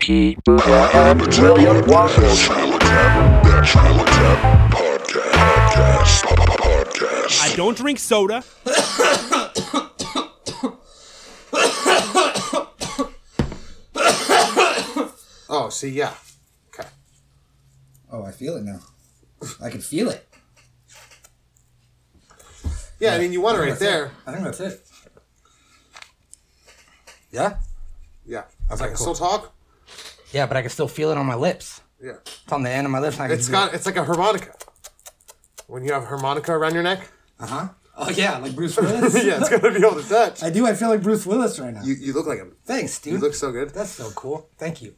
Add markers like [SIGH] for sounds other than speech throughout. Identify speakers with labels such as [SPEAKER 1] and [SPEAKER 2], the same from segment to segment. [SPEAKER 1] P. Buddha and William Waffles.
[SPEAKER 2] I don't drink soda.
[SPEAKER 3] Oh, see, yeah. Okay.
[SPEAKER 4] Oh, I feel it now. I can feel it.
[SPEAKER 3] Yeah, I mean, you won right
[SPEAKER 4] That's
[SPEAKER 3] there.
[SPEAKER 4] it. I think that's it.
[SPEAKER 5] Yeah?
[SPEAKER 3] Yeah. I was like,
[SPEAKER 5] Okay,
[SPEAKER 3] still
[SPEAKER 5] cool.
[SPEAKER 3] talk?
[SPEAKER 5] Yeah, but I can still feel it on my lips.
[SPEAKER 3] Yeah.
[SPEAKER 5] It's on the end of my lips. And I can
[SPEAKER 3] It's
[SPEAKER 5] feel it.
[SPEAKER 3] got, it's like a harmonica. When you have a harmonica around your neck? [LAUGHS]
[SPEAKER 4] Uh huh. Oh yeah, like Bruce Willis.
[SPEAKER 3] yeah, it's gonna be able to touch.
[SPEAKER 4] [LAUGHS] I do. I feel like Bruce Willis right now.
[SPEAKER 3] You, you look like him.
[SPEAKER 5] Thanks, dude.
[SPEAKER 3] You look so good.
[SPEAKER 5] That's so cool. Thank you.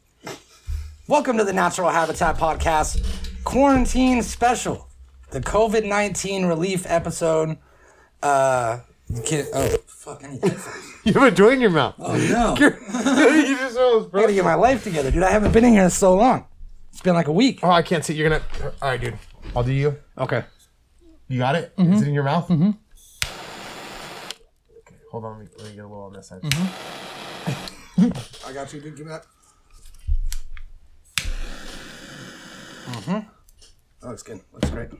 [SPEAKER 5] Welcome to the Natural Habitat Podcast Quarantine Special, the COVID 19 relief episode. Uh, kid, oh, fuck, I need headphones.
[SPEAKER 3] [LAUGHS] You have a joint in your mouth.
[SPEAKER 4] oh
[SPEAKER 5] [LAUGHS]
[SPEAKER 4] no.
[SPEAKER 3] [LAUGHS] you just almost
[SPEAKER 5] I gotta
[SPEAKER 3] broke.
[SPEAKER 5] get my life together, dude. I haven't been in here in so long. It's been like a week.
[SPEAKER 3] Oh, I can't see. You're gonna. All right, dude. I'll do you.
[SPEAKER 5] Okay.
[SPEAKER 3] You got it? Is it in your mouth? Mm-hmm. Okay, hold on. Let me, let me get a little on this side.
[SPEAKER 4] I got you. Dude. Give me that.
[SPEAKER 5] That looks Mm-hmm. Oh, good. Looks great.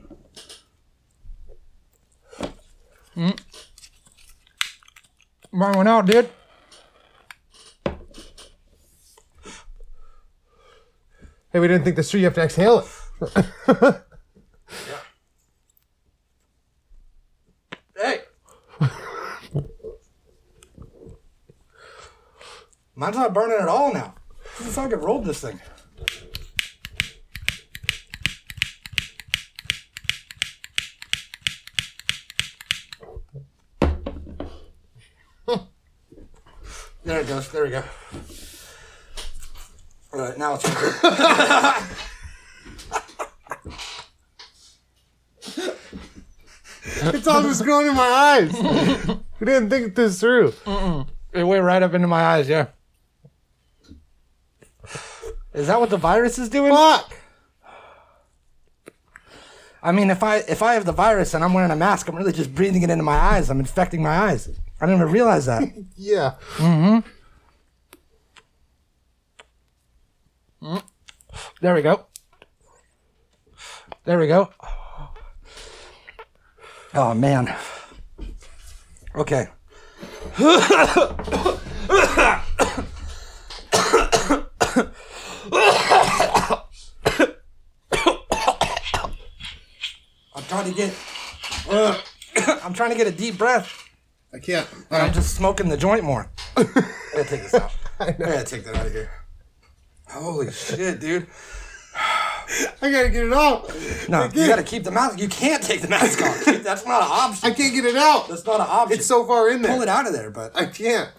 [SPEAKER 5] Mine went Mm. out, dude.
[SPEAKER 3] Hey, we didn't think this through. You have to [LAUGHS] exhale it.
[SPEAKER 4] Hey.
[SPEAKER 5] Mine's not burning at all now. This is how I could roll this thing. there it goes. There we go. All right, now it's.
[SPEAKER 3] It's all just going in my [LAUGHS] eyes. we didn't think this through.
[SPEAKER 5] It went right up into my eyes, yeah. Is that what the virus is doing?
[SPEAKER 3] Fuck.
[SPEAKER 5] I mean, if I if I have the virus and I'm wearing a mask, I'm really just breathing it into my eyes. I'm infecting my eyes. I didn't even realize that.
[SPEAKER 3] Yeah.
[SPEAKER 5] There we go. There we go. Oh man. Okay. I'm trying to get. uh, I'm trying to get a deep breath.
[SPEAKER 4] I can't.
[SPEAKER 5] And I'm just smoking the
[SPEAKER 4] [LAUGHS]
[SPEAKER 5] joint more. I gotta take this out. I, gotta take that out of here. Holy shit, dude.
[SPEAKER 3] I gotta get it out.
[SPEAKER 5] No, you gotta keep the mask. You can't take the
[SPEAKER 3] [LAUGHS]
[SPEAKER 5] mask off. dude. That's not an
[SPEAKER 3] I
[SPEAKER 5] option.
[SPEAKER 3] can't get it out.
[SPEAKER 5] That's not an option.
[SPEAKER 3] It's so far in there.
[SPEAKER 5] pull it out of there, but
[SPEAKER 3] I can't.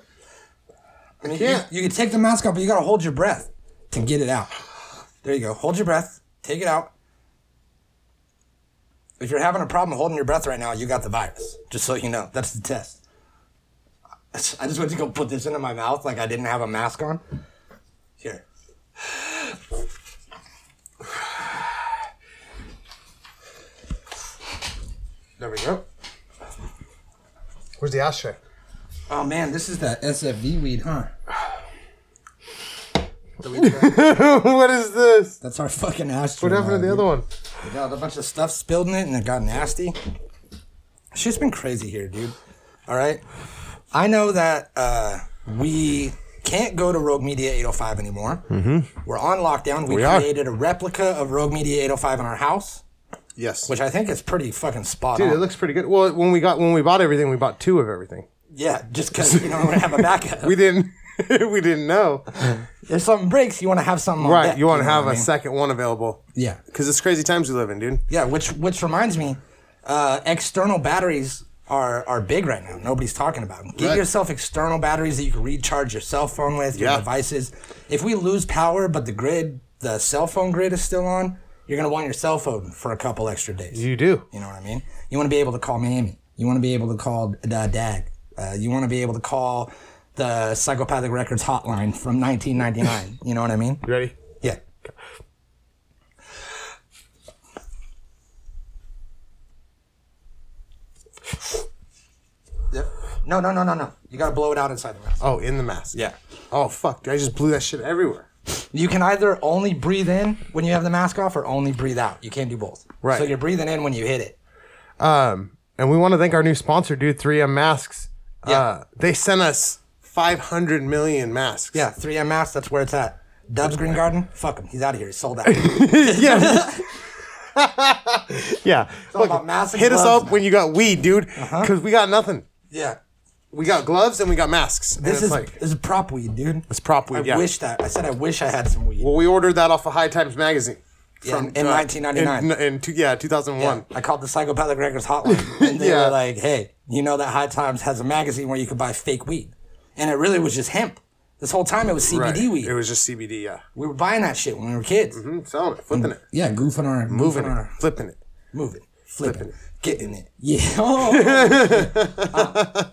[SPEAKER 5] I mean,
[SPEAKER 3] can't.
[SPEAKER 5] You, you can take the mask off, but you gotta hold your breath to get it out. There you go. Hold your breath. Take it out. If you're having a problem holding your breath right now, you got the virus. Just so you know, that's the test. [LAUGHS] I just went to go put this into my mouth like I didn't have a mask on. Here.
[SPEAKER 3] There we go. Where's the ashtray?
[SPEAKER 5] Oh man, this is that SFV weed, huh?
[SPEAKER 3] [LAUGHS] what is this?
[SPEAKER 5] That's our fucking ashtray.
[SPEAKER 3] What happened to the other one?
[SPEAKER 5] Got a bunch of stuff spilled in it and it got nasty. Shit's been crazy here, dude. All right. I know that uh, we can't go to Rogue Media 805 anymore. Mm-hmm. We're on lockdown. We,
[SPEAKER 3] We are.
[SPEAKER 5] created a replica of Rogue Media 805 in our house,
[SPEAKER 3] Yes.
[SPEAKER 5] which I think is pretty fucking spot
[SPEAKER 3] Dude,
[SPEAKER 5] on.
[SPEAKER 3] it looks pretty good. Well, when we got when we bought everything, we bought two of everything.
[SPEAKER 5] yeah, just because you know we're gonna have a
[SPEAKER 3] [LAUGHS]
[SPEAKER 5] backup.
[SPEAKER 3] We didn't we didn't [LAUGHS] know.
[SPEAKER 5] if something breaks, you want to have something. on
[SPEAKER 3] Right,
[SPEAKER 5] deck,
[SPEAKER 3] you want to
[SPEAKER 5] know
[SPEAKER 3] have
[SPEAKER 5] what I
[SPEAKER 3] a
[SPEAKER 5] mean?
[SPEAKER 3] second one available.
[SPEAKER 5] Yeah.
[SPEAKER 3] Cuz it's crazy times we live in, dude.
[SPEAKER 5] Yeah, which which reminds me, uh, external batteries are are big right now. Nobody's talking about them. Get
[SPEAKER 4] Right.
[SPEAKER 5] yourself external batteries that you can recharge your cell phone with, your
[SPEAKER 3] Yeah.
[SPEAKER 5] devices. If we lose power, but the grid, the cell phone grid is still on, you're gonna want your cell phone for a couple extra days.
[SPEAKER 3] You do.
[SPEAKER 5] You know what I mean? You want to be able to call Mammy. You want to be able to call uh, Dag. Uh, you want to be able to call the Psychopathic Records hotline from 1999. you know what I mean?
[SPEAKER 3] You ready?
[SPEAKER 5] Yeah. Yep. No, no, no, no, no. You gotta blow it out inside the mouth.
[SPEAKER 3] Oh, in the mask. Yeah. Oh fuck, dude, I just blew that shit everywhere.
[SPEAKER 5] You can either only breathe in when you have the mask off or only breathe out. You can't do both.
[SPEAKER 3] Right.
[SPEAKER 5] So you're breathing in when you hit it.
[SPEAKER 3] Um, And we want to thank our new sponsor, dude, 3M Masks.
[SPEAKER 5] Yeah.
[SPEAKER 3] Uh, they sent us 500 million masks. [LAUGHS]
[SPEAKER 5] Yeah, 3M mask, that's where it's at. Dub's Green Garden, fuck him. He's out of here. He's sold out. [LAUGHS]
[SPEAKER 3] [LAUGHS] Yeah. Look,
[SPEAKER 5] about masks and
[SPEAKER 3] hit us
[SPEAKER 5] gloves Uh-huh.
[SPEAKER 3] up when you got weed, dude, because we got nothing.
[SPEAKER 5] yeah.
[SPEAKER 3] We got gloves and we got masks. And
[SPEAKER 5] This
[SPEAKER 3] it's
[SPEAKER 5] is
[SPEAKER 3] like,
[SPEAKER 5] this is prop weed, dude.
[SPEAKER 3] it's prop weed.
[SPEAKER 5] I
[SPEAKER 3] yeah.
[SPEAKER 5] wish that. I said I wish I had some weed.
[SPEAKER 3] Well, we ordered that off of High Times Magazine. uh,
[SPEAKER 5] Yeah, in- in 1999.
[SPEAKER 3] In, in two, yeah, 2001.
[SPEAKER 5] I called the psychopathic records hotline, and they
[SPEAKER 3] Yeah.
[SPEAKER 5] were like, "Hey, you know that High Times has a magazine where you could buy fake weed, and it really was just hemp. This whole time it was CBD
[SPEAKER 3] Right.
[SPEAKER 5] weed.
[SPEAKER 3] It was just CBD, yeah.
[SPEAKER 5] we were buying that shit when we were kids.
[SPEAKER 3] Mm, selling it,
[SPEAKER 5] Hmm.
[SPEAKER 3] flipping it,
[SPEAKER 4] Yeah, goofing on
[SPEAKER 3] moving it, flipping it.
[SPEAKER 5] Moving, flipping,
[SPEAKER 3] Flipping.
[SPEAKER 5] getting it, yeah, oh,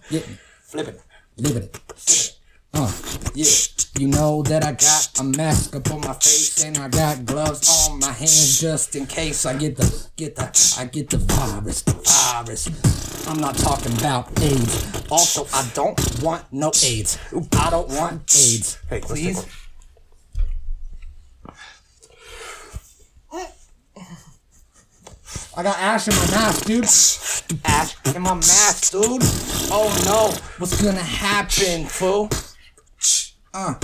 [SPEAKER 4] Getting,
[SPEAKER 5] flipping.
[SPEAKER 4] oh, living it. Uh, yeah. You know that I got a mask up on my face and I got gloves on my hands just in case I get the get the I get the virus, the virus. I'm not talking about AIDS.
[SPEAKER 5] Also, I don't want no AIDS. I don't want AIDS.
[SPEAKER 3] Hey, let's take
[SPEAKER 5] please.
[SPEAKER 3] one.
[SPEAKER 4] I got ash in my mouth, dude.
[SPEAKER 5] Ash in my mask, dude. Oh no,
[SPEAKER 4] What's gonna happen?
[SPEAKER 5] been fool.
[SPEAKER 4] Uh,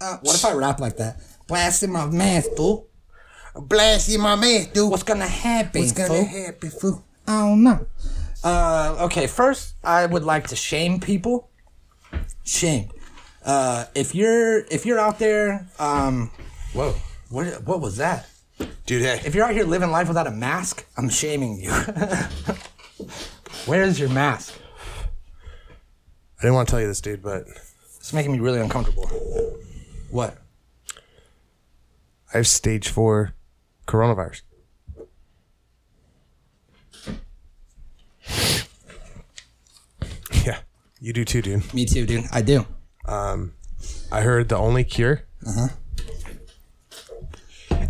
[SPEAKER 4] uh, what if I rap like that? Blast in my mask, dude.
[SPEAKER 3] Blast in my man, dude.
[SPEAKER 5] What's gonna happen,
[SPEAKER 4] What's gonna
[SPEAKER 5] fool?
[SPEAKER 4] happen, fool? I don't know.
[SPEAKER 5] Uh, okay, first, I would like to shame people. Shamed. Uh, if you're if you're out there, um, whoa, what what was that?
[SPEAKER 3] Dude, hey.
[SPEAKER 5] If you're out here living life without a mask, I'm shaming you. [LAUGHS] Where is your mask?
[SPEAKER 3] I didn't want to tell you this, dude, but
[SPEAKER 5] It's making me really uncomfortable. What?
[SPEAKER 3] I have stage four coronavirus. Yeah, you do too, dude.
[SPEAKER 5] Me too, dude. I do.
[SPEAKER 3] I heard the only cure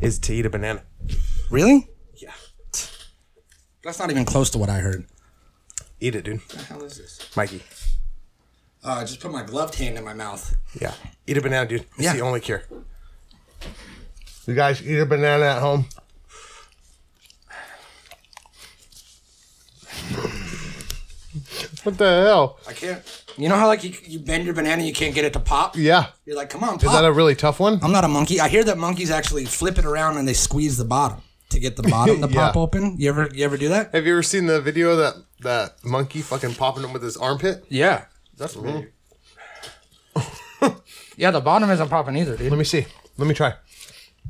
[SPEAKER 3] is to eat a banana.
[SPEAKER 5] Really?
[SPEAKER 3] Yeah.
[SPEAKER 5] That's not even close to what I heard.
[SPEAKER 3] Eat it, dude.
[SPEAKER 5] The hell is this?
[SPEAKER 3] Mikey.
[SPEAKER 5] Uh, I just put my gloved hand in my mouth.
[SPEAKER 3] Yeah. Eat a banana, dude. It's
[SPEAKER 5] Yeah.
[SPEAKER 3] the only cure. You guys eat a banana at home? What the hell?
[SPEAKER 5] I can't. You know how like you, you bend your banana, you can't get it to pop.
[SPEAKER 3] Yeah.
[SPEAKER 5] You're like, come on, pop.
[SPEAKER 3] Is that a really tough one?
[SPEAKER 5] I'm not a monkey. I hear that monkeys actually flip it around and they squeeze the bottom to get the
[SPEAKER 3] [LAUGHS]
[SPEAKER 5] bottom to
[SPEAKER 3] Yeah.
[SPEAKER 5] pop open. You ever you ever do that?
[SPEAKER 3] Have you ever seen the video of that that monkey fucking popping him with his armpit?
[SPEAKER 5] Yeah.
[SPEAKER 3] That's the
[SPEAKER 5] Mm-hmm.
[SPEAKER 3] video.
[SPEAKER 5] [LAUGHS] Yeah, the bottom isn't popping either, dude.
[SPEAKER 3] Let me see. Let me try.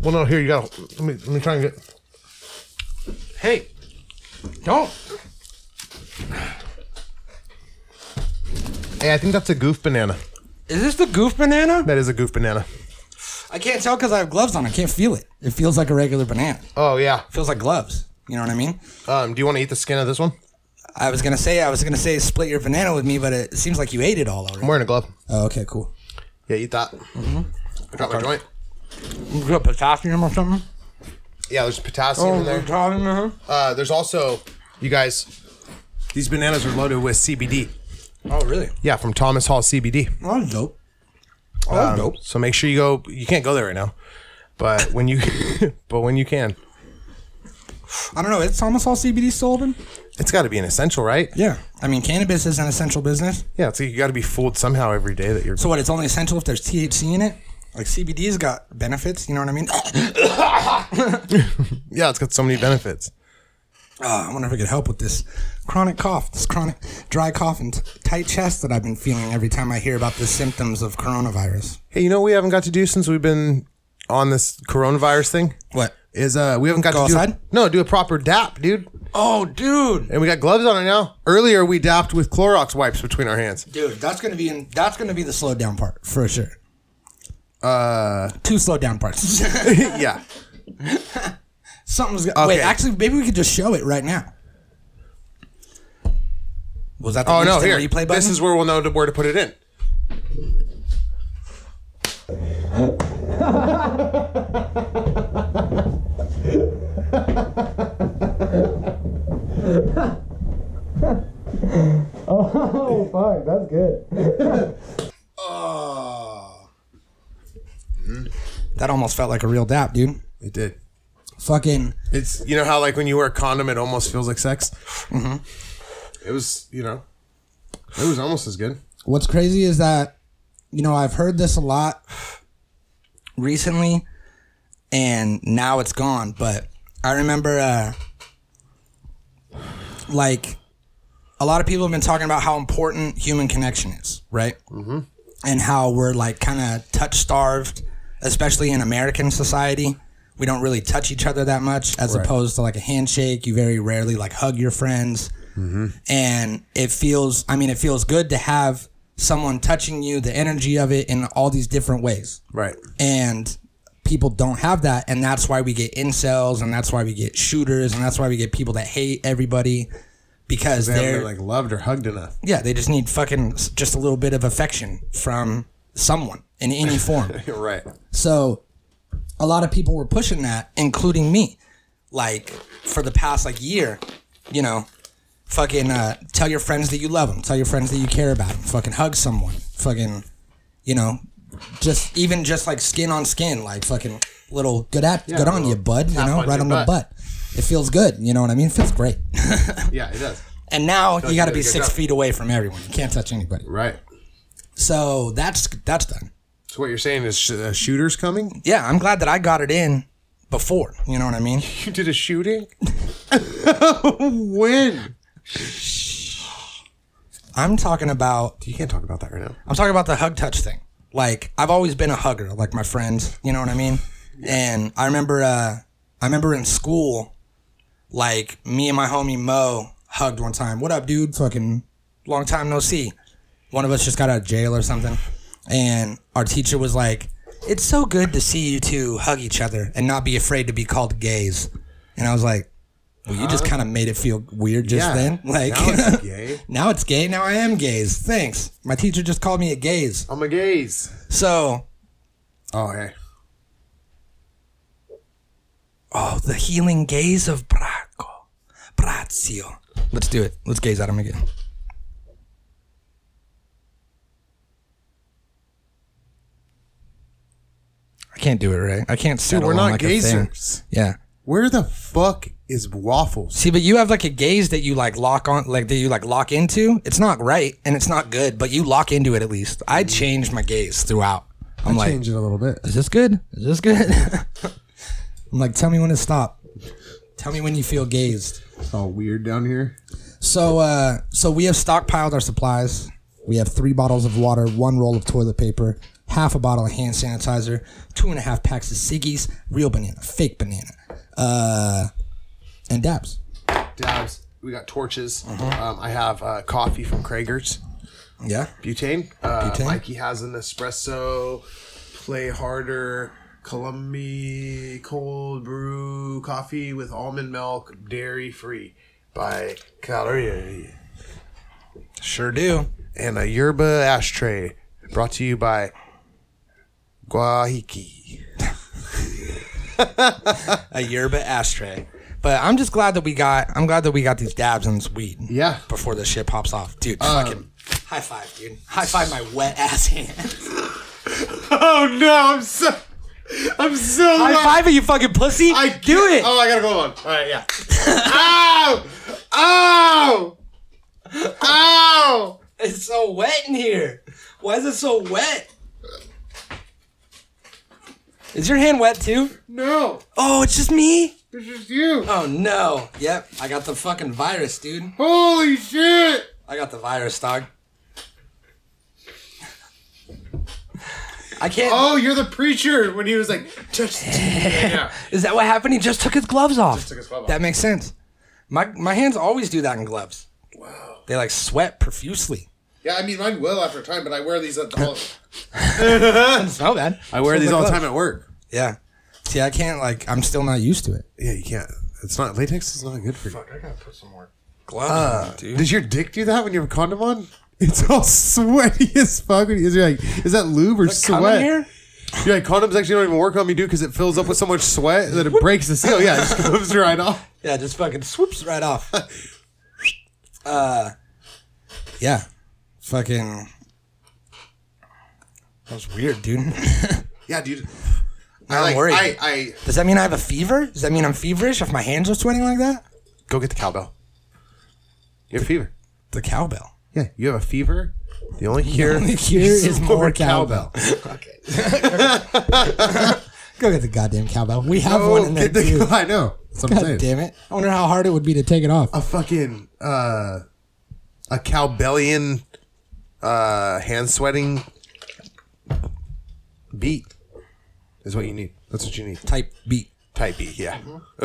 [SPEAKER 3] Well, no, here you go. Let me let me try and get. Hey,
[SPEAKER 5] Don't.
[SPEAKER 3] hey, I think that's a goof banana.
[SPEAKER 5] Is this the goof banana?
[SPEAKER 3] That is a goof banana.
[SPEAKER 5] I can't tell because I have gloves on. I can't feel it. It feels like a regular banana.
[SPEAKER 3] Oh yeah.
[SPEAKER 5] feels like gloves. You know what I mean?
[SPEAKER 3] Um, do you want to eat the skin of this one?
[SPEAKER 5] I was gonna say I was gonna say split your banana with me, but it seems like you ate it all
[SPEAKER 3] I'm
[SPEAKER 5] already.
[SPEAKER 3] wearing a glove. Mm-hmm.
[SPEAKER 5] Oh, okay, cool.
[SPEAKER 3] Yeah, eat that. I dropped my joint.
[SPEAKER 5] You got potassium or something?
[SPEAKER 3] Yeah, there's potassium in there.
[SPEAKER 5] potassium. uh-huh.
[SPEAKER 3] Uh, there's also, you guys, these bananas are loaded with CBD.
[SPEAKER 5] Oh, really?
[SPEAKER 3] Yeah, from Thomas Hall CBD.
[SPEAKER 5] Oh, that's dope. Oh, that's dope.
[SPEAKER 3] So make sure you go. You can't go there right now, but when you, [LAUGHS] but when you can,
[SPEAKER 5] I don't know. Is Thomas Hall CBD sold in?
[SPEAKER 3] it's got to be an essential, right?
[SPEAKER 5] Yeah. I mean, cannabis is an essential business.
[SPEAKER 3] Yeah, it's like you got to be fooled somehow every day that you're.
[SPEAKER 5] So what? It's only essential if there's THC in it. Like CBD's got benefits. You know what I mean? [COUGHS] Uh,
[SPEAKER 3] yeah, it's got so many benefits.
[SPEAKER 5] Ah, I wonder if it could help with this chronic cough, this chronic dry cough and tight chest that I've been feeling every time I hear about the symptoms of coronavirus.
[SPEAKER 3] Hey, you know what we haven't got to do since we've been on this coronavirus thing
[SPEAKER 5] What?
[SPEAKER 3] is uh we haven't got
[SPEAKER 5] Go
[SPEAKER 3] to do
[SPEAKER 5] outside?
[SPEAKER 3] no do a proper dap, dude.
[SPEAKER 5] Oh, dude.
[SPEAKER 3] And we got gloves on right now. Earlier we dapped with Clorox wipes between our hands. [LAUGHS]
[SPEAKER 5] Dude, that's gonna be in, that's gonna be the slowed down part for sure. Uh, two slowed down parts. [LAUGHS]
[SPEAKER 3] yeah,
[SPEAKER 5] Something's go- wait.
[SPEAKER 3] Okay.
[SPEAKER 5] Actually, maybe we could just show it right now. Was that the
[SPEAKER 3] Oh no!
[SPEAKER 5] instant
[SPEAKER 3] Here,
[SPEAKER 5] replay button?
[SPEAKER 3] this is where we'll know to- where to put it in. Ah.
[SPEAKER 5] that That almost felt like a real dap, dude.
[SPEAKER 3] It did.
[SPEAKER 5] Fucking
[SPEAKER 3] It's you know how like when you wear a condom, it almost feels like sex. Mm-hmm. It was you know, it was almost as good.
[SPEAKER 5] What's crazy is that, you know, I've heard this a lot recently, and now it's gone. But I remember, uh, like, a lot of people have been talking about how important human connection is, right? Mm-hmm. And how we're like kind of touch starved, especially in American society. We don't really touch each other that much, as opposed to like a handshake. You very rarely like hug your friends and it feels i mean it feels good to have someone touching you the energy of it in all these different ways
[SPEAKER 3] Right.
[SPEAKER 5] and people don't have that and that's why we get incels and that's why we get shooters and that's why we get people that hate everybody because
[SPEAKER 3] They haven't
[SPEAKER 5] they're
[SPEAKER 3] been, like loved or hugged enough.
[SPEAKER 5] yeah they just need fucking s- just a little bit of affection from someone
[SPEAKER 3] [LAUGHS]
[SPEAKER 5] in any form
[SPEAKER 3] Right.
[SPEAKER 5] so a lot of people were pushing that, including me. Like for the past like year, you know, fucking uh, tell your friends that you love them, tell your friends that you care about them, fucking hug someone, fucking, you know, just even just like skin on skin, like fucking little good at good on you, bud, you know,
[SPEAKER 3] on
[SPEAKER 5] right
[SPEAKER 3] your
[SPEAKER 5] on
[SPEAKER 3] butt.
[SPEAKER 5] the butt. It feels good, you know what I mean? It feels great. [LAUGHS]
[SPEAKER 3] Yeah, it does.
[SPEAKER 5] And now you got
[SPEAKER 3] you did
[SPEAKER 5] to be
[SPEAKER 3] a good
[SPEAKER 5] six
[SPEAKER 3] job.
[SPEAKER 5] feet away from everyone. You can't touch anybody.
[SPEAKER 3] Right.
[SPEAKER 5] So that's that's done.
[SPEAKER 3] So what you're saying is sh- uh, shooters coming? [LAUGHS]
[SPEAKER 5] Yeah, I'm glad that I got it in before. You know what I mean?
[SPEAKER 3] You did a shooting? [LAUGHS] when?
[SPEAKER 5] I'm talking about
[SPEAKER 3] You can't talk about that right now.
[SPEAKER 5] I'm talking about the hug touch thing. Like I've always been a hugger, like my friends, you know what I mean? And I remember uh I remember in school, like me and my homie Mo hugged one time. What up, dude? Fucking long time no see. One of us just got out of jail or something. And our teacher was like, It's so good to see you two hug each other and not be afraid to be called gays. And I was like, Well, you just kind of made it feel weird just
[SPEAKER 3] Yeah.
[SPEAKER 5] then. Like
[SPEAKER 3] Now it's gay.
[SPEAKER 5] [LAUGHS] Now it's gay. Now I am gays. Thanks. My teacher just called me a gays.
[SPEAKER 3] I'm a gaze.
[SPEAKER 5] So,
[SPEAKER 3] Oh hey.
[SPEAKER 5] oh, the healing gaze of Braco. Brazio. Let's do it. Let's gaze at him again. I can't do it right. I can't
[SPEAKER 3] Dude,
[SPEAKER 5] settle
[SPEAKER 3] we're
[SPEAKER 5] on,
[SPEAKER 3] not
[SPEAKER 5] like, a thing.
[SPEAKER 3] gazers.
[SPEAKER 5] Yeah.
[SPEAKER 3] Where the fuck is waffles?
[SPEAKER 5] See, but you have like a gaze that you like lock on, like that you like lock into. It's not right and it's not good, but you lock into it at least. I changed my gaze throughout. I'm like,
[SPEAKER 3] Change Mm-hmm. it a little bit.
[SPEAKER 5] is this good? Is this good? [LAUGHS] I'm like, tell me when to stop. Tell me when you feel gazed.
[SPEAKER 3] It's all Oh, weird down here.
[SPEAKER 5] So, uh, so we have stockpiled our supplies. We have three bottles of water, one roll of toilet paper, half a bottle of hand sanitizer, two and a half packs of ciggies, real banana, fake banana, uh, and dabs.
[SPEAKER 3] Dabs. We got torches.
[SPEAKER 5] Uh-huh.
[SPEAKER 3] Um, I have uh, coffee from Krager's.
[SPEAKER 5] Yeah.
[SPEAKER 3] Butane. Uh,
[SPEAKER 5] Butane.
[SPEAKER 3] Mikey has an espresso, play harder, Columbia cold brew coffee with almond milk, dairy free by Calorie.
[SPEAKER 5] Sure do.
[SPEAKER 3] And a yerba ashtray brought to you by Guahiki.
[SPEAKER 5] A yerba ashtray. But I'm just glad that we got. I'm glad that we got these dabs and this weed.
[SPEAKER 3] Yeah. Um,
[SPEAKER 5] Before this shit pops off, dude. fucking high five, dude. High five my wet ass hand.
[SPEAKER 3] Oh no, I'm so. I'm so.
[SPEAKER 5] High five it, you fucking pussy.
[SPEAKER 3] I
[SPEAKER 5] do
[SPEAKER 3] can't-
[SPEAKER 5] it.
[SPEAKER 3] Oh, I gotta go on. All right, yeah. Ow! Ow! Ow!
[SPEAKER 5] It's so wet in here. Why is it so wet? Is your hand wet too?
[SPEAKER 3] No,
[SPEAKER 5] Oh, it's just me.
[SPEAKER 3] it's just you.
[SPEAKER 5] Oh no. Yep, I got the fucking virus, dude.
[SPEAKER 3] Holy shit!
[SPEAKER 5] I got the virus, dog. I can't.
[SPEAKER 3] Oh, you're the preacher when he was like, touch the [LAUGHS]
[SPEAKER 5] [LAUGHS]
[SPEAKER 3] TV. Yeah.
[SPEAKER 5] Is that what happened? He just took his gloves off.
[SPEAKER 3] took his glove off.
[SPEAKER 5] That makes sense. My my hands always do that in gloves. Wow. They like sweat profusely.
[SPEAKER 3] yeah, I mean, mine will after a time, but I wear these at the whole.
[SPEAKER 5] It's not bad.
[SPEAKER 3] I wear these all the time at work.
[SPEAKER 5] Yeah. See, I can't like. I'm still not used to it.
[SPEAKER 3] Yeah, you can't. It's not latex is not good for you.
[SPEAKER 5] Gloves, dude.
[SPEAKER 3] Does your dick do that when you have a condom on? It's all sweaty as fuck. Is it like is that lube or
[SPEAKER 5] Coming
[SPEAKER 3] sweat?
[SPEAKER 5] here.
[SPEAKER 3] Yeah, like, condoms actually don't even work on me, dude, because it fills up with so much sweat that it breaks the seal. Yeah, it just goes right off.
[SPEAKER 5] Yeah, just fucking swoops
[SPEAKER 3] [LAUGHS]
[SPEAKER 5] right off. uh, yeah, fucking. That was weird, dude. [LAUGHS]
[SPEAKER 3] Yeah, dude.
[SPEAKER 5] I'm
[SPEAKER 6] like,
[SPEAKER 5] worried.
[SPEAKER 6] I, I
[SPEAKER 5] Does that mean I have a fever? Does that mean I'm feverish if my hands are sweating like that?
[SPEAKER 6] go get the cowbell. You have a fever.
[SPEAKER 5] The cowbell.
[SPEAKER 6] Yeah, you have a fever. The only cure. [LAUGHS]
[SPEAKER 4] The cure is more cowbell.
[SPEAKER 6] okay.
[SPEAKER 4] Go get the goddamn cowbell. We have one in there
[SPEAKER 3] Oh, Get the-
[SPEAKER 4] too.
[SPEAKER 3] [LAUGHS] I know. That's what I'm
[SPEAKER 4] God
[SPEAKER 3] saying.
[SPEAKER 4] damn it! I wonder how hard it would be to take it off.
[SPEAKER 6] A fucking uh, a cowbellian uh, hand sweating beat is what you need. That's what you need.
[SPEAKER 5] Type beat.
[SPEAKER 6] Type B, yeah. [LAUGHS]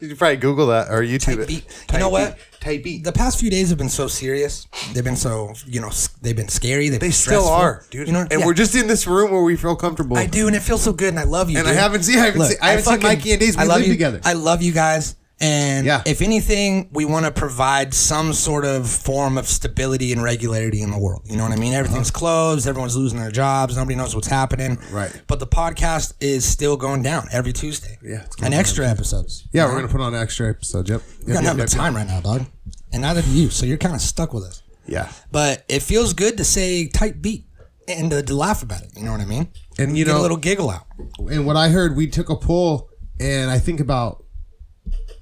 [SPEAKER 6] you can probably Google that or YouTube
[SPEAKER 5] Type
[SPEAKER 6] it.
[SPEAKER 5] B. Mm-hmm. You know what?
[SPEAKER 6] Type B.
[SPEAKER 5] The past few days have been so serious. They've been so you know s- they've been scary. They've
[SPEAKER 6] they
[SPEAKER 5] been
[SPEAKER 6] still
[SPEAKER 5] stressful.
[SPEAKER 6] are, dude.
[SPEAKER 5] You know,
[SPEAKER 6] and
[SPEAKER 5] yeah.
[SPEAKER 6] we're just in this room where we feel comfortable.
[SPEAKER 5] I do, and it feels so good, and I love you.
[SPEAKER 6] And I
[SPEAKER 5] dude.
[SPEAKER 6] haven't seen- I haven't seen- I haven't seen Mikey in days. We
[SPEAKER 5] I love
[SPEAKER 6] live
[SPEAKER 5] you,
[SPEAKER 6] together.
[SPEAKER 5] I love you guys. And
[SPEAKER 6] Yeah.
[SPEAKER 5] if anything, we want to provide some sort of form of stability and regularity in the world. You know what I mean? Everything's closed. Everyone's losing their jobs. Nobody knows what's happening.
[SPEAKER 3] Right.
[SPEAKER 5] But the podcast is still going down every Tuesday.
[SPEAKER 3] Yeah, it's going
[SPEAKER 5] And extra episodes.
[SPEAKER 3] Yeah, we're gonna put on an extra episode. Yep. Yep,
[SPEAKER 5] You got
[SPEAKER 3] yep,
[SPEAKER 5] nothing
[SPEAKER 3] yep,
[SPEAKER 5] but time right now, dog. And neither do you. So you're kind of stuck with us.
[SPEAKER 6] Yeah.
[SPEAKER 5] But it feels good to say tight beat and to, to laugh about it. You know what I mean?
[SPEAKER 3] And you
[SPEAKER 5] Get a
[SPEAKER 3] know,
[SPEAKER 5] little giggle out.
[SPEAKER 3] and what I heard, we took a poll, and I think about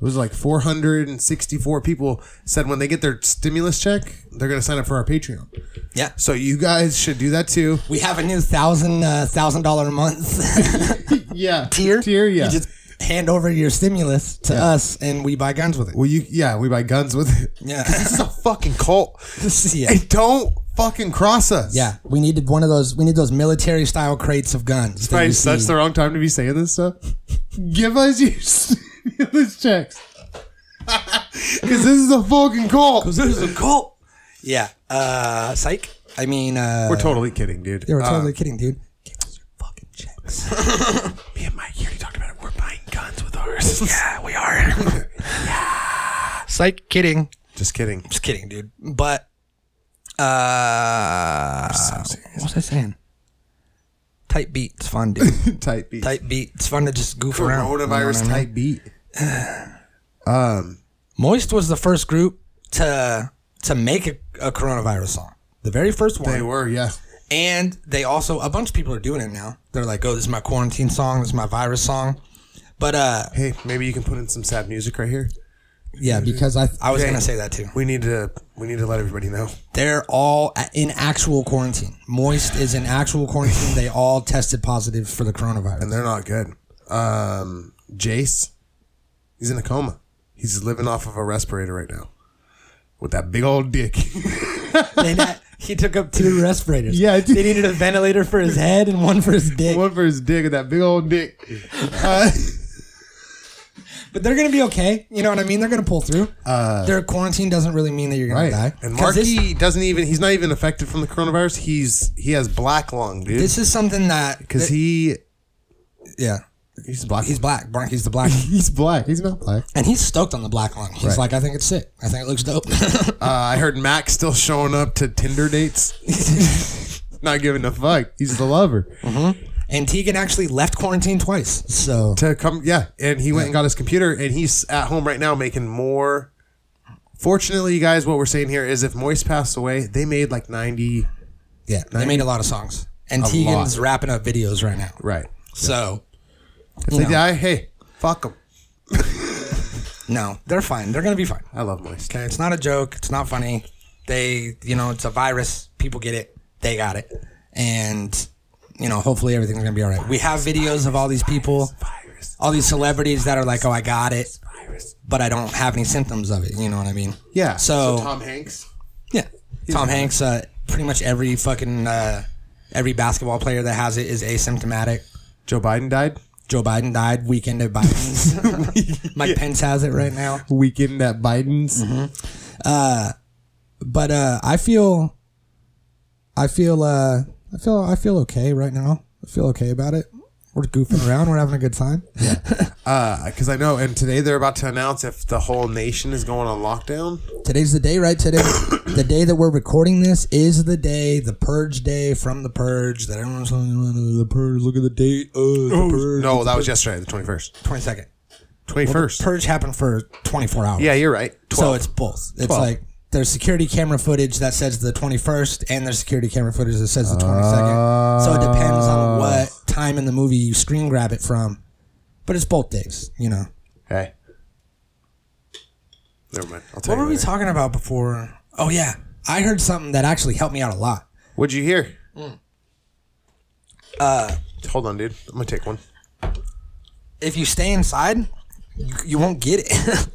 [SPEAKER 3] it was like 464 people said when they get their stimulus check, they're gonna sign up for our Patreon.
[SPEAKER 5] Yeah.
[SPEAKER 3] So you guys should do that too.
[SPEAKER 5] We have a new thousand uh, thousand dollar a
[SPEAKER 3] [LAUGHS]
[SPEAKER 5] month
[SPEAKER 3] Yeah.
[SPEAKER 5] tier.
[SPEAKER 3] Tier. Yeah.
[SPEAKER 5] You just hand over your stimulus to us, and we buy guns with it.
[SPEAKER 3] well, you. Yeah, we buy guns with it.
[SPEAKER 5] [LAUGHS] Yeah.
[SPEAKER 3] This is a fucking cult.
[SPEAKER 5] yeah.
[SPEAKER 3] And don't fucking cross us.
[SPEAKER 5] Yeah, we needed one of those. We need those military style crates of guns. that you
[SPEAKER 3] Right,
[SPEAKER 5] see.
[SPEAKER 3] that's the wrong time to be saying this stuff. Give us your [LAUGHS] stimulus [LAUGHS] checks. Because this is a fucking cult.
[SPEAKER 5] This is a cult. Yeah. Uh, psych. I mean, uh,
[SPEAKER 3] We're totally kidding, dude.
[SPEAKER 5] they were
[SPEAKER 3] Uh,
[SPEAKER 5] totally kidding, dude. Give us your fucking checks.
[SPEAKER 6] Me and Mike here, we talked about it. We're buying guns with [LAUGHS] ours. yeah, we are.
[SPEAKER 5] Psych. Kidding.
[SPEAKER 6] just kidding.
[SPEAKER 5] Just kidding, dude. But uh,
[SPEAKER 6] [LAUGHS]
[SPEAKER 5] what was I saying? Type beat. It's fun, dude.
[SPEAKER 3] tight beat.
[SPEAKER 5] type beat. It's fun to just goof around. you know what I
[SPEAKER 6] Coronavirus
[SPEAKER 5] mean?
[SPEAKER 6] type B.
[SPEAKER 5] Moist was the first group to to make a, a coronavirus song. The very first one.
[SPEAKER 3] They were, yeah.
[SPEAKER 5] And they also a bunch of people are doing it now. They're like, "Oh, this is my quarantine song. This is my virus song." But uh,
[SPEAKER 6] Hey, maybe you can put in some sad music right here.
[SPEAKER 4] Yeah, because I
[SPEAKER 5] I was
[SPEAKER 6] Okay.
[SPEAKER 5] gonna say that too.
[SPEAKER 6] We need to we need to let everybody know.
[SPEAKER 5] They're all a- in actual quarantine. Moist is in actual quarantine. They all tested positive for the coronavirus.
[SPEAKER 6] And they're not good. Um Jace, he's in a coma. He's living off of a respirator right now. With that big old dick. [LAUGHS]
[SPEAKER 5] They not- he took up two respirators.
[SPEAKER 3] Yeah, dude.
[SPEAKER 5] they needed a ventilator for his head and one for his dick.
[SPEAKER 3] One for his dick and that big
[SPEAKER 6] [LAUGHS]
[SPEAKER 3] old dick. Uh,
[SPEAKER 5] But they're gonna be okay. You know what I mean? They're gonna pull through. Their quarantine doesn't really mean that you're gonna
[SPEAKER 3] Right.
[SPEAKER 5] die.
[SPEAKER 6] And
[SPEAKER 5] 'Cause
[SPEAKER 6] Marky
[SPEAKER 5] this-
[SPEAKER 6] doesn't even he's not even affected from the coronavirus. He's he has black lung, dude.
[SPEAKER 5] This is something that
[SPEAKER 6] Because he
[SPEAKER 5] yeah,
[SPEAKER 3] he's black.
[SPEAKER 5] he's black. Marky's the black,
[SPEAKER 3] He's black. He's not black.
[SPEAKER 5] and he's stoked on the black lung. He's like, I think it's sick. I think it looks dope. [LAUGHS]
[SPEAKER 6] uh, I heard Max still showing up to Tinder dates.
[SPEAKER 3] [LAUGHS] Not giving a fuck. He's the lover.
[SPEAKER 5] and Tegan actually left quarantine twice. So
[SPEAKER 6] to come yeah and he went and got his computer and he's at home right now making more fortunately you guys what we're saying here is if moist passed away they made like 90
[SPEAKER 5] yeah, they made a lot of songs. And Tegan's wrapping up videos right now.
[SPEAKER 6] right
[SPEAKER 5] So
[SPEAKER 6] if they die hey fuck them
[SPEAKER 5] no, they're fine. They're gonna be fine.
[SPEAKER 6] i love moist
[SPEAKER 5] Okay, it's not a joke. It's not funny. They, you know, it's a virus. People get it. They got it. And, you know, hopefully everything's going to be all right. We have videos of all these people, all these celebrities that are like, oh, I got it, but I don't have any symptoms of it. You know what I mean?
[SPEAKER 3] Yeah.
[SPEAKER 5] So,
[SPEAKER 6] tom hanks
[SPEAKER 5] yeah. Tom Hanks, uh, pretty much every fucking, uh, every basketball player that has it is asymptomatic.
[SPEAKER 6] joe biden died
[SPEAKER 5] Joe Biden died weekend at [LAUGHS] Biden's. Mike Pence has it right now.
[SPEAKER 3] Weekend at Biden's.
[SPEAKER 5] but uh i feel i feel uh i feel i feel okay right now i feel okay about it we're goofing around we're having a good time
[SPEAKER 6] because i know and today they're about to announce if the whole nation is going on lockdown
[SPEAKER 5] today's the day right today the day that we're recording this is the day the purge day from the purge that everyone's like, "Oh, the purge look at the date oh, the purge
[SPEAKER 6] no that was yesterday the 21st
[SPEAKER 5] 22nd
[SPEAKER 6] 21st
[SPEAKER 5] purge happened for 24 hours
[SPEAKER 6] yeah you're right
[SPEAKER 5] so
[SPEAKER 6] 12
[SPEAKER 5] it's both it's
[SPEAKER 6] 12.
[SPEAKER 5] like There's security camera footage that says the 21st, and there's security camera footage that says the 22nd. so it depends on what time in the movie you screen grab it from. But it's both days, you know.
[SPEAKER 3] Hey. Never mind. I'll tell
[SPEAKER 5] What were
[SPEAKER 3] you.
[SPEAKER 5] we
[SPEAKER 3] Later.
[SPEAKER 5] talking about before? Oh yeah, I heard something that actually helped me out a lot.
[SPEAKER 3] What'd you hear?
[SPEAKER 5] Mm.
[SPEAKER 3] Uh, Hold on, dude. I'm going to take one.
[SPEAKER 5] If you stay inside, you, you won't get it.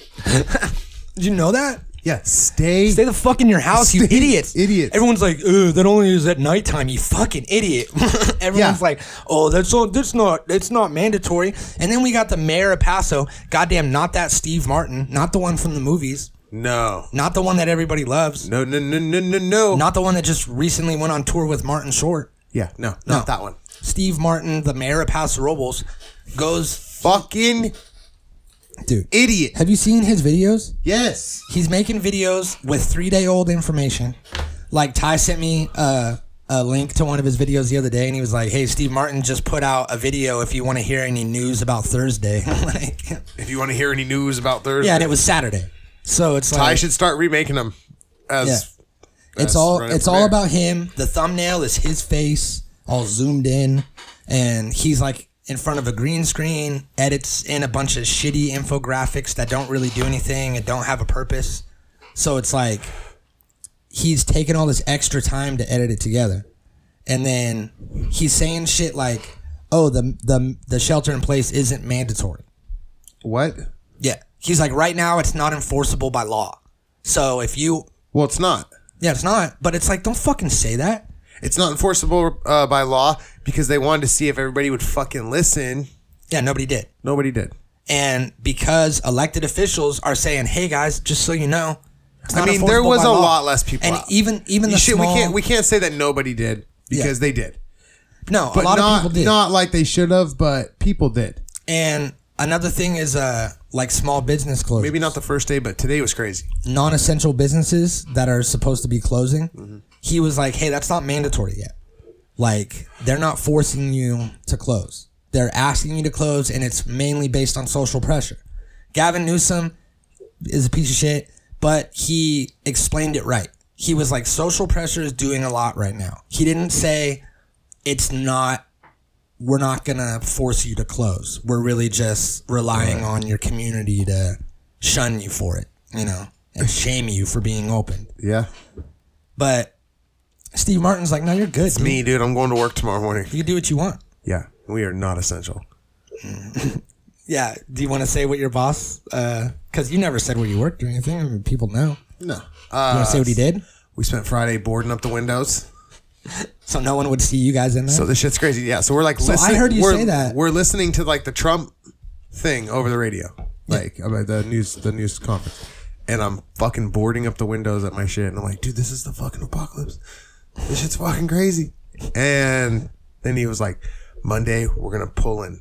[SPEAKER 5] [LAUGHS] Did you know that?
[SPEAKER 3] Yeah. Stay.
[SPEAKER 5] Stay the fuck in your house, you
[SPEAKER 3] Stay-
[SPEAKER 5] idiots.
[SPEAKER 3] idiots.
[SPEAKER 5] Everyone's like, oh, that only is at nighttime, you fucking idiot. [LAUGHS]
[SPEAKER 3] Yeah.
[SPEAKER 5] Everyone's like, oh, that's all, that's not that's not mandatory. And then we got the mayor of Paso, goddamn not that Steve Martin, not the one from the movies,
[SPEAKER 3] no.
[SPEAKER 5] not the one that everybody loves,
[SPEAKER 3] No, no, no, no, no, no.
[SPEAKER 5] not the one that just recently went on tour with Martin Short.
[SPEAKER 3] yeah. No, not
[SPEAKER 5] No.
[SPEAKER 3] that one.
[SPEAKER 5] Steve Martin, the mayor of Paso Robles, goes
[SPEAKER 3] Fucking
[SPEAKER 5] dude.
[SPEAKER 3] idiot.
[SPEAKER 5] Have you seen his videos?
[SPEAKER 3] Yes.
[SPEAKER 5] He's making videos with three day old information. Like Ty sent me a, a link to one of his videos the other day, and he was like, "Hey, Steve Martin just put out a video. If you want to hear any news about Thursday, [LAUGHS] like,
[SPEAKER 3] If you want to hear any news about Thursday,
[SPEAKER 5] yeah." And it was Saturday, so it's
[SPEAKER 3] I
[SPEAKER 5] like
[SPEAKER 3] should start remaking them. As
[SPEAKER 5] it's all
[SPEAKER 3] right
[SPEAKER 5] it's
[SPEAKER 3] from
[SPEAKER 5] all
[SPEAKER 3] there.
[SPEAKER 5] about him. The thumbnail is his face, all zoomed in, and he's like in front of a green screen. Edits in a bunch of shitty infographics that don't really do anything and don't have a purpose. So it's like he's taking all this extra time to edit it together, and then he's saying shit like, "Oh, the the the shelter in place isn't mandatory."
[SPEAKER 3] what?
[SPEAKER 5] Yeah, he's like, right now it's not enforceable by law. So if you
[SPEAKER 3] Well, it's not.
[SPEAKER 5] yeah, it's not. But it's like, don't fucking say that.
[SPEAKER 3] It's not enforceable uh, by law because they wanted to see if everybody would fucking listen.
[SPEAKER 5] Yeah, nobody did.
[SPEAKER 3] Nobody did.
[SPEAKER 5] And because elected officials are saying, "Hey guys, just so you know," it's
[SPEAKER 3] I
[SPEAKER 5] not
[SPEAKER 3] mean, there
[SPEAKER 5] enforceable
[SPEAKER 3] was
[SPEAKER 5] by
[SPEAKER 3] a
[SPEAKER 5] law.
[SPEAKER 3] lot less people.
[SPEAKER 5] And
[SPEAKER 3] out.
[SPEAKER 5] even even the
[SPEAKER 3] Shit,
[SPEAKER 5] small,
[SPEAKER 3] we can't we can't say that nobody did because
[SPEAKER 5] Yeah.
[SPEAKER 3] they did,
[SPEAKER 5] no, a
[SPEAKER 3] but
[SPEAKER 5] lot
[SPEAKER 3] not
[SPEAKER 5] of people did.
[SPEAKER 3] not like they should have, but people did.
[SPEAKER 5] and another thing is, uh, like small business closures,
[SPEAKER 3] Maybe not the first day, but today was crazy.
[SPEAKER 5] non-essential businesses that are supposed to be closing. He was like, "Hey, that's not mandatory yet. Like, they're not forcing you to close. They're asking you to close, and it's mainly based on social pressure." Gavin Newsom is a piece of shit, but he explained it right. He was like, "Social pressure is doing a lot right now." He didn't say it's not. We're not gonna force you to close. We're really just relying on your community to shun you for it, you know, [LAUGHS] and shame you for being open.
[SPEAKER 3] Yeah,
[SPEAKER 5] But Steve Martin's like, no, you're good. dude.
[SPEAKER 3] me, dude. I'm going to work tomorrow morning.
[SPEAKER 5] You can do what you want.
[SPEAKER 3] Yeah, we are not essential.
[SPEAKER 5] Yeah. Do you want to say what your boss? Because you never said where you worked or anything. I mean, people know.
[SPEAKER 3] No,
[SPEAKER 5] you want to say what he did?
[SPEAKER 3] Uh, we spent Friday boarding up the windows.
[SPEAKER 5] So no one would see you guys in there.
[SPEAKER 3] So this shit's crazy. Yeah. So we're like, so
[SPEAKER 5] I heard you say that.
[SPEAKER 3] We're listening to like the Trump thing over the radio, like about the news, the news conference, and I'm fucking boarding up the windows at my shit, and I'm like, dude, this is the fucking apocalypse. This shit's fucking crazy. And then he was like, Monday we're gonna pull in,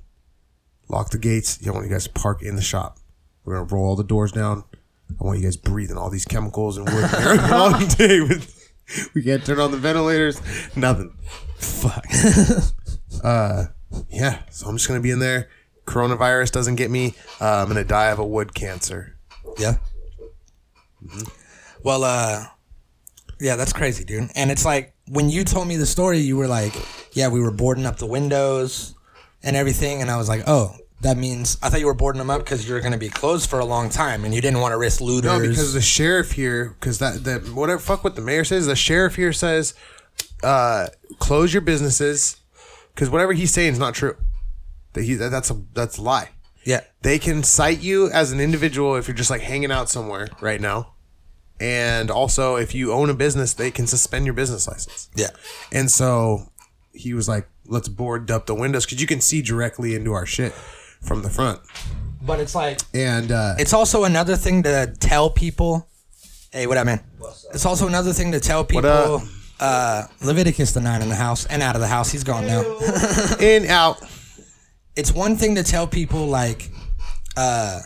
[SPEAKER 3] lock the gates. I want you guys to park in the shop. We're gonna roll all the doors down. I want you guys breathing all these chemicals and
[SPEAKER 5] [LAUGHS]
[SPEAKER 3] wood. Long day with. We can't turn on the ventilators. Nothing. Fuck. Yeah, so I'm just gonna be in there. Coronavirus doesn't get me. Uh, I'm gonna die of a wood cancer.
[SPEAKER 5] Yeah. Mm-hmm. Well, uh, yeah, that's crazy, dude. And it's like when you told me the story, you were like, "Yeah, we were boarding up the windows and everything," and I was like, "Oh." That means I thought you were boarding them up because you were going to be closed for a long time, and you didn't want to risk looters.
[SPEAKER 3] No, Oh, because the sheriff here, because that that whatever fuck what the mayor says, the sheriff here says, uh, close your businesses, because whatever he's saying is not true. That he that, that's a that's a lie.
[SPEAKER 5] yeah,
[SPEAKER 3] They can cite you as an individual if you're just like hanging out somewhere right now, and also if you own a business, they can suspend your business license.
[SPEAKER 5] yeah,
[SPEAKER 3] And so he was like, let's board up the windows because you can see directly into our shit from the front.
[SPEAKER 5] but it's like
[SPEAKER 3] And uh,
[SPEAKER 5] it's also another thing to tell people. Hey, what up, man? It's also another thing to tell
[SPEAKER 3] up?
[SPEAKER 5] people. Uh, Leviticus the nine in the house and out of the house. He's gone now.
[SPEAKER 3] [LAUGHS] in, out.
[SPEAKER 5] it's one thing to tell people like uh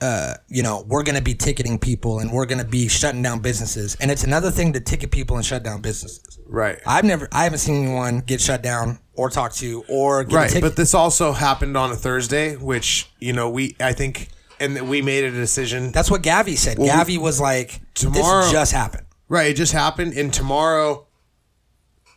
[SPEAKER 5] uh you know we're gonna be ticketing people and we're gonna be shutting down businesses and it's another thing to ticket people and shut down businesses
[SPEAKER 3] Right.
[SPEAKER 5] i've never i haven't seen anyone get shut down or talked to or get a
[SPEAKER 3] right.
[SPEAKER 5] ticket.
[SPEAKER 3] But this also happened on a Thursday, which, you know, we, I think and that we made a decision.
[SPEAKER 4] That's what Gavi said.
[SPEAKER 3] Well, we-
[SPEAKER 4] Gavi was like,
[SPEAKER 3] Tomorrow-
[SPEAKER 4] this just happened.
[SPEAKER 3] Right, it just happened, and tomorrow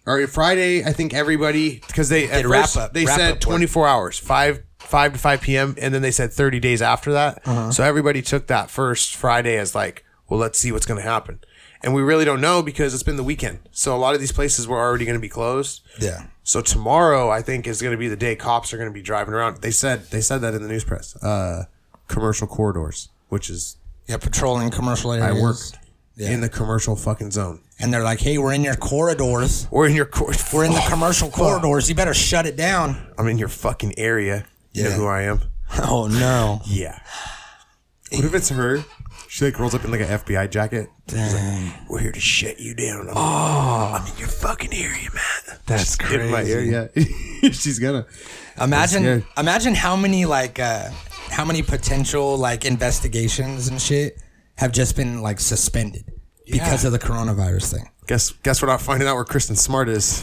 [SPEAKER 3] or Friday, I think everybody because they at
[SPEAKER 4] Did wrap
[SPEAKER 3] first,
[SPEAKER 4] up-
[SPEAKER 3] they
[SPEAKER 4] wrap up
[SPEAKER 3] said
[SPEAKER 4] work.
[SPEAKER 3] 24 hours, five five to five p.m., and then they said 30 days after that.
[SPEAKER 4] Uh-huh.
[SPEAKER 3] So everybody took that first Friday as like, well, let's see what's going to happen, and we really don't know because it's been the weekend, so a lot of these places were already going to be closed.
[SPEAKER 4] Yeah.
[SPEAKER 3] So tomorrow, I think, is going to be the day cops are going to be driving around. They said they said that in the news press, uh, commercial corridors, which is
[SPEAKER 4] Yeah, patrolling commercial
[SPEAKER 3] I
[SPEAKER 4] areas.
[SPEAKER 3] worked
[SPEAKER 4] Yeah.
[SPEAKER 3] in the commercial fucking zone
[SPEAKER 4] And they're like, hey, we're in your corridors.
[SPEAKER 3] or in your court. [LAUGHS]
[SPEAKER 4] We're in the commercial corridors. You better shut it down.
[SPEAKER 3] I'm in your fucking area. You know
[SPEAKER 4] Yeah.
[SPEAKER 3] who I am?
[SPEAKER 4] Oh, no.
[SPEAKER 3] Yeah. What if it's her? She like rolls up in like an FBI jacket. She's like, We're here to shut you down. I'm, oh, I'm in your fucking area, man.
[SPEAKER 4] That's
[SPEAKER 3] In my area. [LAUGHS] She's gonna.
[SPEAKER 4] Imagine,
[SPEAKER 3] scared.
[SPEAKER 4] imagine how many like, uh, how many potential like investigations and shit have just been like suspended because of the coronavirus thing.
[SPEAKER 3] Guess guess we're not finding out where Kristen Smart is.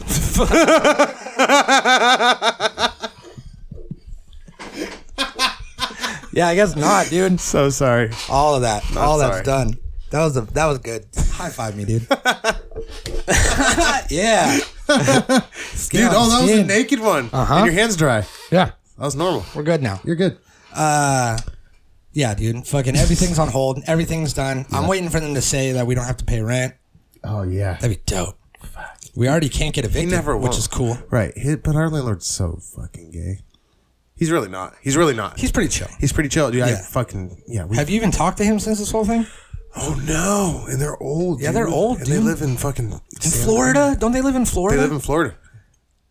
[SPEAKER 4] Yeah, I guess not, dude.
[SPEAKER 3] so sorry.
[SPEAKER 4] All of that, all
[SPEAKER 3] sorry.
[SPEAKER 4] that's done. That was a, that was good. High five me, [LAUGHS] dude. yeah,
[SPEAKER 3] Dude, oh, that was a
[SPEAKER 4] Skin.
[SPEAKER 3] naked one. Uh-huh. And your hands dry.
[SPEAKER 7] Yeah,
[SPEAKER 3] That was normal.
[SPEAKER 4] we're good now.
[SPEAKER 7] you're good.
[SPEAKER 4] Yeah, dude. Fucking everything's on hold. Everything's done. I'm waiting for them to say that we don't have to pay rent.
[SPEAKER 7] Oh yeah.
[SPEAKER 4] That'd be dope. We already can't get evicted,
[SPEAKER 3] never
[SPEAKER 4] which
[SPEAKER 3] will.
[SPEAKER 4] is cool.
[SPEAKER 3] Right. He- But our landlord's so fucking gay. He's really not. He's really not.
[SPEAKER 4] He's pretty chill.
[SPEAKER 3] He's pretty chill, dude. I
[SPEAKER 4] Yeah.
[SPEAKER 3] fucking yeah. We,
[SPEAKER 4] Have you even talked to him since this whole thing?
[SPEAKER 3] oh no, and they're old.
[SPEAKER 4] Yeah, they're
[SPEAKER 3] dude.
[SPEAKER 4] old,
[SPEAKER 3] And they
[SPEAKER 4] dude.
[SPEAKER 3] live in fucking
[SPEAKER 4] In Florida? Don't they live in
[SPEAKER 3] They
[SPEAKER 4] Florida?
[SPEAKER 3] live in Florida.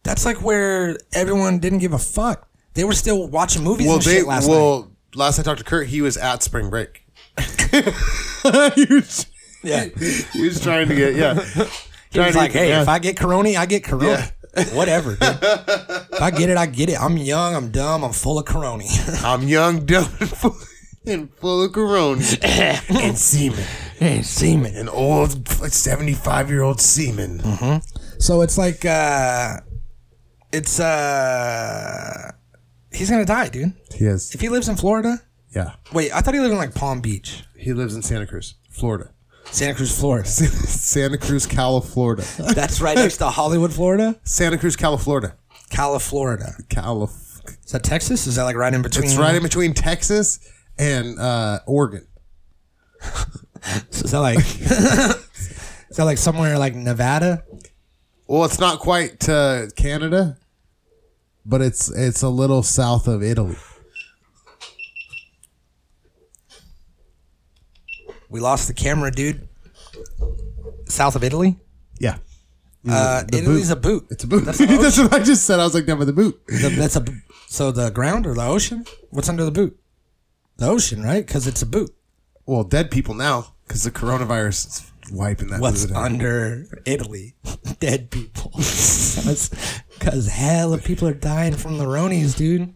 [SPEAKER 4] That's like where everyone didn't give a fuck. They were still watching movies and shit last night.
[SPEAKER 3] well, last I talked to Kurt, he was at spring break. [LAUGHS] he, was,
[SPEAKER 4] Yeah.
[SPEAKER 3] he was trying to get
[SPEAKER 4] [LAUGHS]
[SPEAKER 3] yeah.
[SPEAKER 4] He was like, hey,
[SPEAKER 3] yeah.
[SPEAKER 4] if I get corona, I get corona. [LAUGHS] Whatever, dude. if I get it, I get it. I'm young, I'm dumb, I'm full of corona.
[SPEAKER 3] [LAUGHS]
[SPEAKER 4] [LAUGHS]
[SPEAKER 3] I'm young, dumb, and full, and full of
[SPEAKER 4] [LAUGHS]
[SPEAKER 3] corona and semen,
[SPEAKER 4] hey, semen.
[SPEAKER 3] an old seventy-five-year-old semen.
[SPEAKER 4] Mm. So it's like uh it's uh he's gonna die, dude.
[SPEAKER 3] He is
[SPEAKER 4] If he lives in Florida.
[SPEAKER 3] yeah.
[SPEAKER 4] Wait, I thought he lived in like Palm Beach.
[SPEAKER 3] He lives in Santa Cruz, Florida. [LAUGHS]
[SPEAKER 4] Santa Cruz, Florida. [LAUGHS]
[SPEAKER 3] Santa Cruz, Cali, Florida. [LAUGHS]
[SPEAKER 4] That's right next to Hollywood, Florida.
[SPEAKER 3] Santa Cruz, Cali, Florida.
[SPEAKER 4] Cali, Florida.
[SPEAKER 3] Cali.
[SPEAKER 4] Is that Texas? Is that like right in between?
[SPEAKER 3] It's right in between Texas and uh, Oregon.
[SPEAKER 4] Is
[SPEAKER 3] [LAUGHS]
[SPEAKER 4] that like? is that like somewhere like Nevada?
[SPEAKER 3] Well, it's not quite uh, Canada, but it's it's a little south of Italy.
[SPEAKER 4] We lost the camera, dude. South of Italy.
[SPEAKER 3] Yeah,
[SPEAKER 4] Uh,
[SPEAKER 3] the
[SPEAKER 4] Italy's
[SPEAKER 3] boot.
[SPEAKER 4] a boot.
[SPEAKER 3] it's a boot. [LAUGHS] That's, what I just said. I was like down by the boot.
[SPEAKER 4] The- that's a b- so the ground or the ocean? What's under the boot? The ocean, right? Because it's a boot.
[SPEAKER 3] Well, dead people now because the coronavirus is wiping that.
[SPEAKER 4] What's
[SPEAKER 3] boot out.
[SPEAKER 4] under Italy? [LAUGHS] Dead people. [LAUGHS] Because hell, people are dying from the Ronies, dude.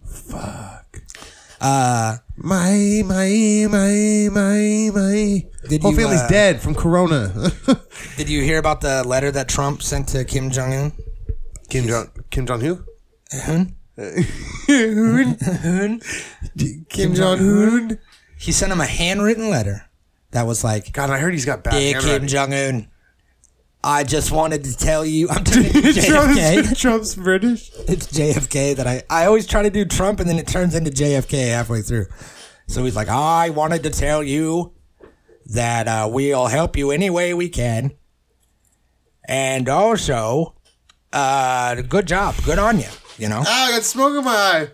[SPEAKER 4] Uh,
[SPEAKER 3] My my my my my.
[SPEAKER 4] Did
[SPEAKER 3] Whole
[SPEAKER 4] you,
[SPEAKER 3] family's
[SPEAKER 4] uh,
[SPEAKER 3] dead from corona. [LAUGHS]
[SPEAKER 4] Did you hear about the letter that Trump sent to Kim Jong Un?
[SPEAKER 3] Kim Jong Kim Jong who? Kim, Jong Hoon.
[SPEAKER 4] He sent him a handwritten letter that was like,
[SPEAKER 3] God, I heard he's got bad
[SPEAKER 4] Dear Kim
[SPEAKER 3] handwriting.
[SPEAKER 4] Jong Un, I just wanted to tell
[SPEAKER 5] [LAUGHS]
[SPEAKER 4] you
[SPEAKER 3] [LAUGHS]
[SPEAKER 4] I'm doing JFK.
[SPEAKER 3] Trump's British.
[SPEAKER 4] it's JFK that I I always try to do Trump and then it turns into JFK halfway through. So he's like, I wanted to tell you that uh, we'll help you any way we can, and also, uh, good job, good on you. You know,
[SPEAKER 3] Ah, I got smoke in my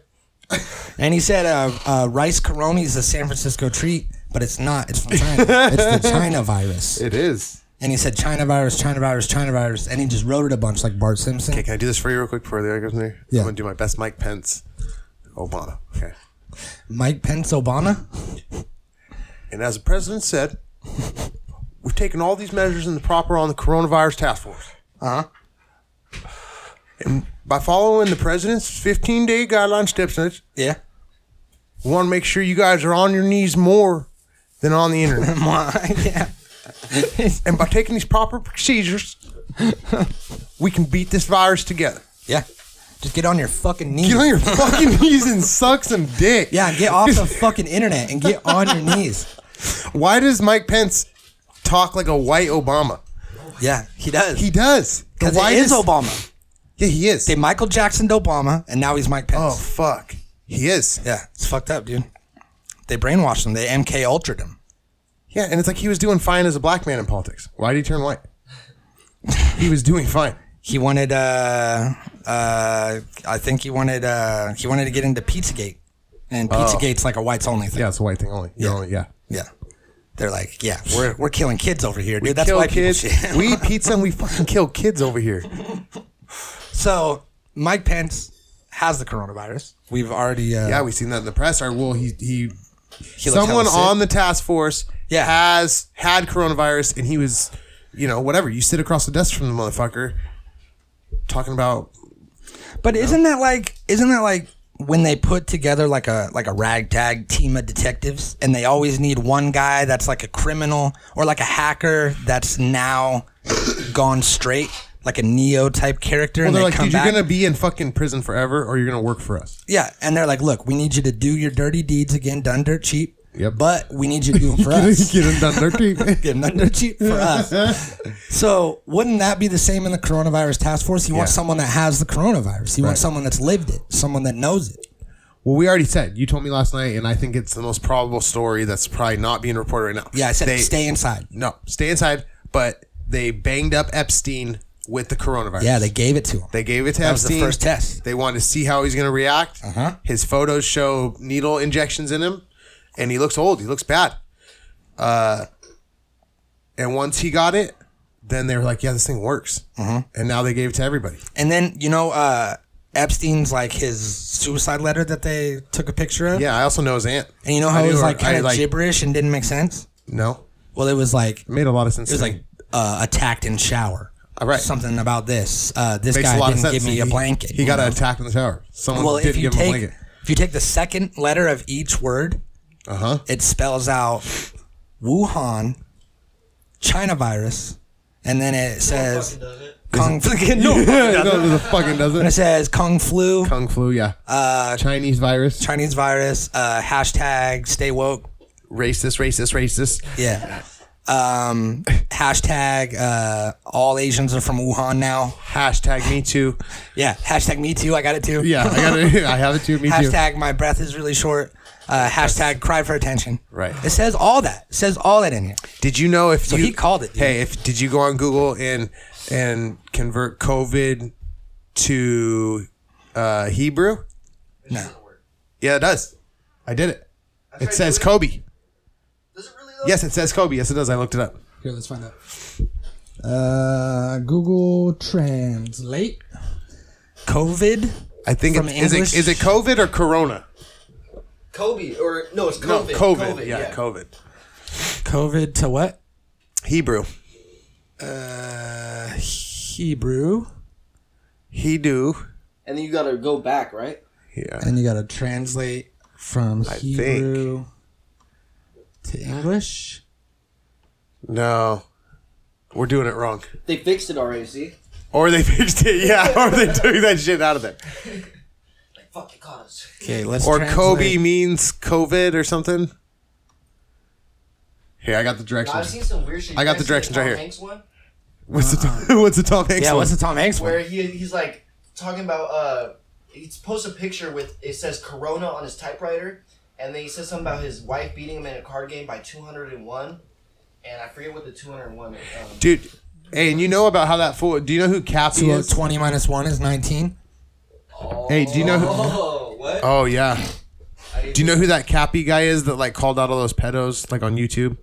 [SPEAKER 3] eye.
[SPEAKER 4] and he said, uh, uh, "Rice Coroni is a San Francisco treat, but it's not. It's from China. it's the China virus."
[SPEAKER 3] It is.
[SPEAKER 4] And he said China virus, China virus, China virus, and he just wrote it a bunch like Bart Simpson.
[SPEAKER 3] Hey, can I do this for you real quick before the other goes in there?
[SPEAKER 4] Yeah.
[SPEAKER 3] I'm gonna do my best Mike Pence. Obama. Okay.
[SPEAKER 4] Mike Pence Obama.
[SPEAKER 3] And as the president said, we've taken all these measures in the proper on the coronavirus task force. Uh-huh. And by following the president's 15-day guideline steps,
[SPEAKER 4] Yeah.
[SPEAKER 3] we want to make sure you guys are on your knees more than on the
[SPEAKER 5] [LAUGHS]
[SPEAKER 3] internet.
[SPEAKER 4] yeah.
[SPEAKER 3] [LAUGHS] and by taking these proper procedures, we can beat this virus together.
[SPEAKER 4] Yeah.
[SPEAKER 5] Just get on your fucking knees.
[SPEAKER 3] Get on your [LAUGHS] fucking knees and suck some dick.
[SPEAKER 5] yeah, get off the fucking internet and get on your knees.
[SPEAKER 3] Why does Mike Pence talk like a white Obama?
[SPEAKER 5] Yeah, he does.
[SPEAKER 3] He does. The
[SPEAKER 5] 'Cause he is
[SPEAKER 3] whitest-
[SPEAKER 5] Obama.
[SPEAKER 3] Yeah, he is.
[SPEAKER 5] They Michael Jackson Obama, and now he's Mike Pence.
[SPEAKER 3] oh fuck, he is.
[SPEAKER 5] Yeah, it's fucked up, dude. They brainwashed him. They MK ultraed him.
[SPEAKER 3] Yeah, and it's like he was doing fine as a black man in politics. Why did he turn white? he was doing fine.
[SPEAKER 5] He wanted, uh, uh, I think he wanted, uh, he wanted to get into Pizzagate, and Pizzagate's like a whites only thing.
[SPEAKER 3] Yeah, it's a white thing only. You're
[SPEAKER 5] Yeah.
[SPEAKER 3] only Oh. yeah.
[SPEAKER 5] Yeah. They're like, yeah, we're we're killing kids over here, dude. That's
[SPEAKER 3] Kill
[SPEAKER 5] why people
[SPEAKER 3] kids.
[SPEAKER 5] shit. [LAUGHS]
[SPEAKER 3] we eat pizza and we fucking kill kids over here.
[SPEAKER 5] So Mike Pence has the coronavirus. We've already, uh,
[SPEAKER 3] Yeah, we've seen that in the press. Or well, he he
[SPEAKER 5] he looked hella
[SPEAKER 3] someone
[SPEAKER 5] sick.
[SPEAKER 3] on the task force
[SPEAKER 5] Yeah.
[SPEAKER 3] has had coronavirus and he was, you know, whatever. You sit across the desk from the motherfucker talking about
[SPEAKER 5] But isn't that like isn't that like when they put together like a like a ragtag team of detectives and they always need one guy that's like a criminal or like a hacker that's now gone straight like a neo type character
[SPEAKER 3] well,
[SPEAKER 5] and
[SPEAKER 3] they're
[SPEAKER 5] they
[SPEAKER 3] like,
[SPEAKER 5] come
[SPEAKER 3] dude,
[SPEAKER 5] back.
[SPEAKER 3] you're gonna be in fucking prison forever or you're gonna work for us.
[SPEAKER 5] yeah, and they're like, "Look, we need you to do your dirty deeds again, done dirt cheap."
[SPEAKER 3] Yep. [LAUGHS]
[SPEAKER 5] But we need you to do them for us.
[SPEAKER 3] Get him done dirty.
[SPEAKER 5] [LAUGHS] Get them done dirt cheap for us. So wouldn't that be the same in the coronavirus task force? You want
[SPEAKER 3] Yeah.
[SPEAKER 5] someone that has the coronavirus. You want
[SPEAKER 3] Right.
[SPEAKER 5] someone that's lived it, someone that knows it.
[SPEAKER 3] Well, we already said. You told me last night, and I think it's the most probable story that's probably not being reported right now.
[SPEAKER 5] Yeah, I said
[SPEAKER 3] They-
[SPEAKER 5] stay inside.
[SPEAKER 3] No, stay inside. But they banged up Epstein with the coronavirus.
[SPEAKER 5] Yeah, they gave it to him.
[SPEAKER 3] They gave it to
[SPEAKER 5] That was the
[SPEAKER 3] Epstein.
[SPEAKER 5] first test.
[SPEAKER 3] They wanted to see how he's going to react.
[SPEAKER 5] Uh-huh.
[SPEAKER 3] His photos show needle injections in him, and he looks old. He looks bad. Uh, and once he got it, then they were like, "Yeah, this thing works."
[SPEAKER 5] Uh-huh.
[SPEAKER 3] And now they gave it to
[SPEAKER 5] [LAUGHS]
[SPEAKER 3] everybody.
[SPEAKER 5] and then you know, uh, Epstein's like his suicide letter that they took a picture of.
[SPEAKER 3] Yeah, I also know his aunt.
[SPEAKER 5] and you know how
[SPEAKER 3] I
[SPEAKER 5] it was
[SPEAKER 3] knew her-
[SPEAKER 5] like
[SPEAKER 3] I,
[SPEAKER 5] kind of
[SPEAKER 3] like-
[SPEAKER 5] gibberish and didn't make sense.
[SPEAKER 3] No,
[SPEAKER 5] Well, it was like
[SPEAKER 3] it made a lot of sense.
[SPEAKER 5] it was like uh, attacked in shower.
[SPEAKER 3] Uh, right.
[SPEAKER 5] Something about this. Uh, this
[SPEAKER 3] Makes a lot
[SPEAKER 5] guy
[SPEAKER 3] of
[SPEAKER 5] didn't
[SPEAKER 3] sense.
[SPEAKER 5] give me
[SPEAKER 3] He-
[SPEAKER 5] a blanket.
[SPEAKER 3] He
[SPEAKER 5] you
[SPEAKER 3] got
[SPEAKER 5] know?
[SPEAKER 3] attacked in the shower. Someone
[SPEAKER 5] Well, if
[SPEAKER 3] didn't
[SPEAKER 5] you
[SPEAKER 3] give him a
[SPEAKER 5] take
[SPEAKER 3] blanket.
[SPEAKER 5] if you take the second letter of each word,
[SPEAKER 3] Uh huh. [LAUGHS]
[SPEAKER 5] it spells out Wuhan, China virus, and then it says
[SPEAKER 3] [LAUGHS]
[SPEAKER 5] Kung. no.
[SPEAKER 3] no, it fucking
[SPEAKER 5] And it
[SPEAKER 3] doesn't.
[SPEAKER 5] says Kung Flu.
[SPEAKER 3] Kung flu, yeah. Uh, Chinese virus.
[SPEAKER 5] Chinese virus, uh, hashtag stay woke.
[SPEAKER 3] racist, racist, racist.
[SPEAKER 5] Yeah. Um, hashtag uh, all Asians are from Wuhan now.
[SPEAKER 3] Hashtag me too.
[SPEAKER 5] Yeah. Hashtag me too. I got it too.
[SPEAKER 3] Yeah, I got it. [LAUGHS] I have it too. Me too.
[SPEAKER 5] Hashtag my breath is really short. Uh, hashtag cry for attention.
[SPEAKER 3] Right.
[SPEAKER 5] It says all that. It says all that in here.
[SPEAKER 3] Did you know if you
[SPEAKER 5] he called it, dude.
[SPEAKER 3] Hey, if did you go on Google and and convert COVID to uh, Hebrew?
[SPEAKER 5] No.
[SPEAKER 3] Yeah, it does. I did it. It says Kobe.
[SPEAKER 6] Does it really though?
[SPEAKER 3] Yes, it says Kobe. Yes, it does. I looked it up.
[SPEAKER 4] Here, let's find out. Uh, Google Translate.
[SPEAKER 5] COVID.
[SPEAKER 3] I think
[SPEAKER 5] From
[SPEAKER 3] it's, is it
[SPEAKER 5] English?
[SPEAKER 3] is it COVID or Corona?
[SPEAKER 8] Kobe or no, it's
[SPEAKER 3] No,
[SPEAKER 8] COVID.
[SPEAKER 3] COVID. yeah, COVID.
[SPEAKER 5] COVID to what?
[SPEAKER 3] Hebrew.
[SPEAKER 5] Hebrew.
[SPEAKER 3] He do.
[SPEAKER 8] And then you gotta go back, right?
[SPEAKER 3] Yeah.
[SPEAKER 5] And you got to translate from
[SPEAKER 3] Hebrew
[SPEAKER 5] to English.
[SPEAKER 3] No, we're doing it wrong.
[SPEAKER 8] They fixed it already. See,
[SPEAKER 3] Or they [LAUGHS] fixed it. Yeah. [LAUGHS] Or they took that shit out of there.
[SPEAKER 8] like fuck, they caught us.
[SPEAKER 5] Okay, let's
[SPEAKER 3] Or
[SPEAKER 5] translate.
[SPEAKER 3] Kobe means COVID or something. Here, I got the
[SPEAKER 8] I've
[SPEAKER 3] directions.
[SPEAKER 8] seen some weird shit.
[SPEAKER 3] I
[SPEAKER 8] You
[SPEAKER 3] got
[SPEAKER 8] guys
[SPEAKER 3] the
[SPEAKER 8] seen
[SPEAKER 3] directions
[SPEAKER 8] Tom
[SPEAKER 3] right here.
[SPEAKER 8] Hanks one
[SPEAKER 3] [LAUGHS] What's the [LAUGHS] What's the Tom Hanks
[SPEAKER 5] Uh-huh. Yeah,
[SPEAKER 3] one?
[SPEAKER 5] what's the Tom Hanks one?
[SPEAKER 8] where he he's like talking about uh, he's posts a picture with it says Corona on his typewriter, and then he says something about his wife beating him in a card game by two hundred and one, and I forget what the two hundred and one. Um, [LAUGHS]
[SPEAKER 3] dude? Hey, and you know about how that fool? Do you know who Cappy
[SPEAKER 5] So
[SPEAKER 3] is?
[SPEAKER 5] 20 minus 1 is 19.
[SPEAKER 3] oh hey, do you know? Who,
[SPEAKER 8] oh, what?
[SPEAKER 3] oh yeah. Do you know who that Cappy guy is that like called out all those pedos like on YouTube?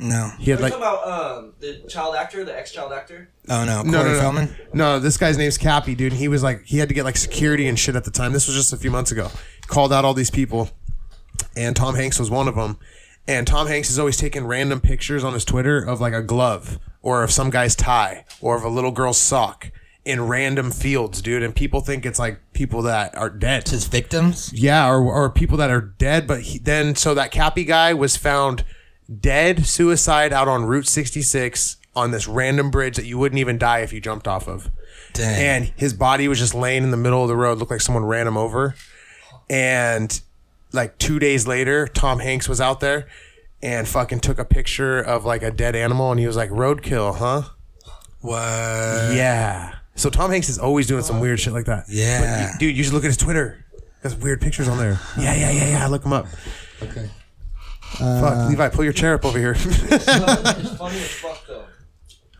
[SPEAKER 5] No.
[SPEAKER 3] He had like
[SPEAKER 8] about um the child actor, the ex
[SPEAKER 3] [LAUGHS]
[SPEAKER 8] child actor.
[SPEAKER 5] Oh, no. Corey
[SPEAKER 3] no, no, no.
[SPEAKER 5] Feldman?
[SPEAKER 3] no, this guy's name's Cappy, dude. And he was like, he had to get like security and shit at the time. This was just a few months ago. Called out all these people, and Tom Hanks was one of them. And Tom Hanks is always taking random pictures on his Twitter of like a glove or of some guy's tie or of a little girl's sock in random fields, dude. And people think it's like people that are dead.
[SPEAKER 5] His victims?
[SPEAKER 3] Yeah, or, or people that are dead. But he, then, so that Cappy guy was found dead, suicide out on Route 66 on this random bridge that you wouldn't even die if you jumped off of.
[SPEAKER 5] Dang.
[SPEAKER 3] and his body was just laying in the middle of the road, looked like someone ran him over. And like two days later, Tom Hanks was out there and fucking took a picture of like a dead animal, and he was like, "Roadkill, huh?"
[SPEAKER 5] What?
[SPEAKER 3] Yeah. So Tom Hanks is always doing some weird shit like that.
[SPEAKER 5] Yeah.
[SPEAKER 3] But, dude, you should look at his Twitter. There's weird pictures on there. Yeah, yeah, yeah, yeah. Look him up.
[SPEAKER 4] Okay.
[SPEAKER 3] Fuck, Levi, pull your chair up over here. [LAUGHS]
[SPEAKER 8] He's funny as fuck though.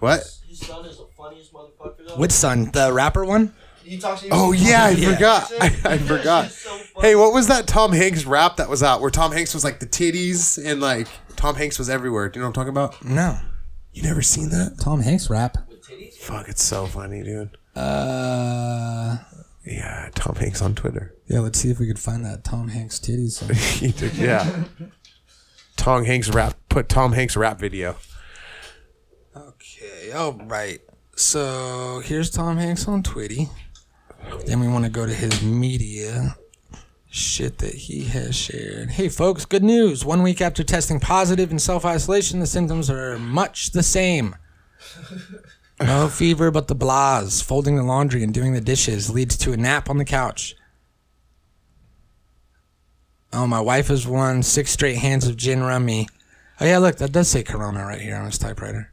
[SPEAKER 3] what?
[SPEAKER 8] His son is the funniest motherfucker though.
[SPEAKER 5] Which son? The rapper one?
[SPEAKER 8] He talks to you.
[SPEAKER 3] Oh yeah, I forgot. [LAUGHS]
[SPEAKER 8] That
[SPEAKER 3] I, I
[SPEAKER 8] shit's
[SPEAKER 3] forgot.
[SPEAKER 8] so funny.
[SPEAKER 3] hey, what was that Tom Hanks rap that was out where Tom Hanks was like the titties and like Tom Hanks was everywhere? Do you know what I'm talking about?
[SPEAKER 5] No.
[SPEAKER 3] You never seen that?
[SPEAKER 4] Tom Hanks rap.
[SPEAKER 3] Fuck, it's so funny, dude.
[SPEAKER 4] Uh,
[SPEAKER 3] Yeah, Tom Hanks on Twitter. [LAUGHS]
[SPEAKER 4] yeah. Let's see if we could find that Tom Hanks titties. song.
[SPEAKER 3] he took [LAUGHS] yeah. Tom Hanks rap. Put Tom Hanks rap video.
[SPEAKER 5] Okay, all right. So here's Tom Hanks on Twitty. Then we want to go to his media shit that he has shared. Hey, folks, good news. One week after testing positive in self isolation, the symptoms are much the same. No fever, but the blahs. Folding the laundry and doing the dishes leads to a nap on the couch. Oh, my wife has won six straight hands of gin rummy. Oh, yeah, look, that does say Corona right here on his typewriter.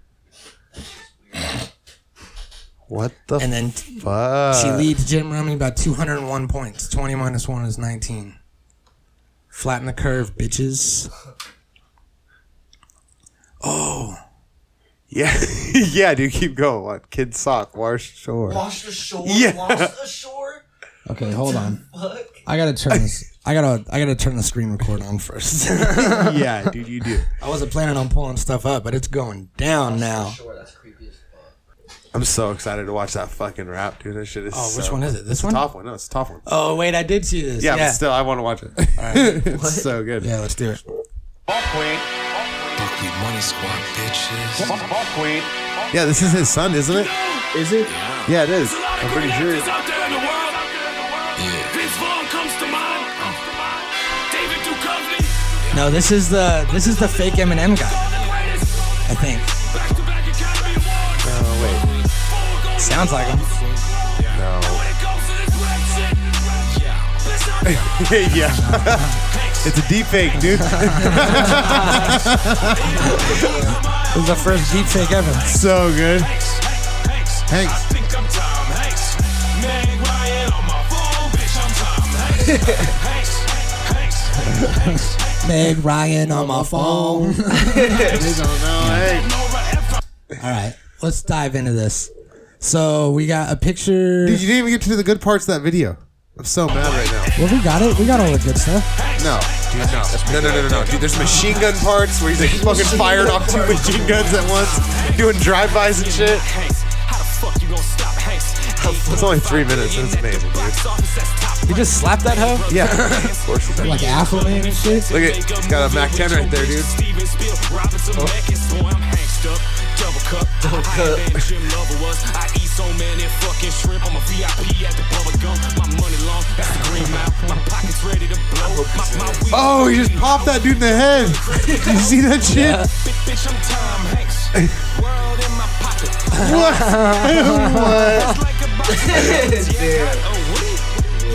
[SPEAKER 3] What the
[SPEAKER 5] And then
[SPEAKER 3] fuck?
[SPEAKER 5] She leads Jim Rumney by 201 points. 20 minus 1 is 19. Flatten the curve, bitches.
[SPEAKER 3] yeah, [LAUGHS] yeah, dude. Keep going. What? Kid sock. Wash shore.
[SPEAKER 8] Wash the shore.
[SPEAKER 3] Yeah.
[SPEAKER 8] Wash
[SPEAKER 5] [LAUGHS]
[SPEAKER 8] the shore.
[SPEAKER 4] Okay, hold on.
[SPEAKER 8] Fuck.
[SPEAKER 4] I gotta turn this.
[SPEAKER 5] I gotta, I gotta turn the screen record on [LAUGHS]
[SPEAKER 3] [LAUGHS] [LAUGHS]
[SPEAKER 5] first.
[SPEAKER 3] yeah, dude. You do.
[SPEAKER 5] I wasn't planning on pulling stuff up, but it's going down now.
[SPEAKER 8] Shore. That's creepy as fuck.
[SPEAKER 3] I'm so excited to watch that fucking rap, dude. That shit is.
[SPEAKER 5] Oh,
[SPEAKER 3] so
[SPEAKER 5] which one is it? This one?
[SPEAKER 3] Top one. No, it's the top one.
[SPEAKER 5] Oh, wait, I did see this.
[SPEAKER 3] Yeah,
[SPEAKER 5] Yeah,
[SPEAKER 3] but still, I want to watch it. [LAUGHS] it's so good.
[SPEAKER 5] yeah let's do it.
[SPEAKER 3] Yeah, this is his son, isn't it? Is it? Yeah, it is. I'm pretty sure.
[SPEAKER 9] It's out there in the world. Vince Vaughn comes to mind. David Duchovny.
[SPEAKER 5] No, this is the, this is the fake Eminem guy,
[SPEAKER 9] The greatest.
[SPEAKER 5] I think.
[SPEAKER 9] Back-to-back Academy Awards. Forward goes
[SPEAKER 5] Sounds like him.
[SPEAKER 9] when it goes to this rap shit. Listen, I'm
[SPEAKER 3] wait. [LAUGHS] yeah. [LAUGHS] it's a deep fake, dude. [LAUGHS]
[SPEAKER 5] This is the first deep fake ever.
[SPEAKER 3] so good.
[SPEAKER 9] Hanks, Hanks, I think I'm Tom Hanks. Meg Ryan on my phone, bitch, I'm Tom Hanks. Hanks, Hanks, Hanks,
[SPEAKER 4] Meg Ryan on my phone.
[SPEAKER 9] Nora Ephron.
[SPEAKER 5] All right, let's dive into this. So we got a picture.
[SPEAKER 3] Dude, you didn't even get to the good parts of that video. I'm so mad right
[SPEAKER 4] Well, we got it. We got all the good stuff.
[SPEAKER 3] now. No, dude, no. That's- No, no, no, no, no. Dude, there's machine gun parts where he's like fucking fired off two machine guns at once, doing drive-bys and shit.
[SPEAKER 9] Hanks, how the fuck you gonna stop Hanks?
[SPEAKER 3] It's only three minutes, and it's amazing, dude.
[SPEAKER 5] You just slapped that hoe?
[SPEAKER 3] Yeah. [LAUGHS] of course he does.
[SPEAKER 4] Like Affleman and shit.
[SPEAKER 3] Look at it's got a Mac 10 right there, dude.
[SPEAKER 9] Steven Spiel, Robert
[SPEAKER 3] Oh.
[SPEAKER 9] Zemeckis, boy, I'm Hanks up. Double cup, double cup. I ain't Jim Lover was. I eat so many fucking shrimp. I'm a VIP at the bubble gum. My money long, that's the green mouth. My pockets ready to blow. My, my weed.
[SPEAKER 3] Oh, he just popped that dude in the head. [LAUGHS] you see that shit?
[SPEAKER 9] Big bitch, I'm Tom Hanks. World in my pocket. It's like a box of cards. yeah, I got a Woody.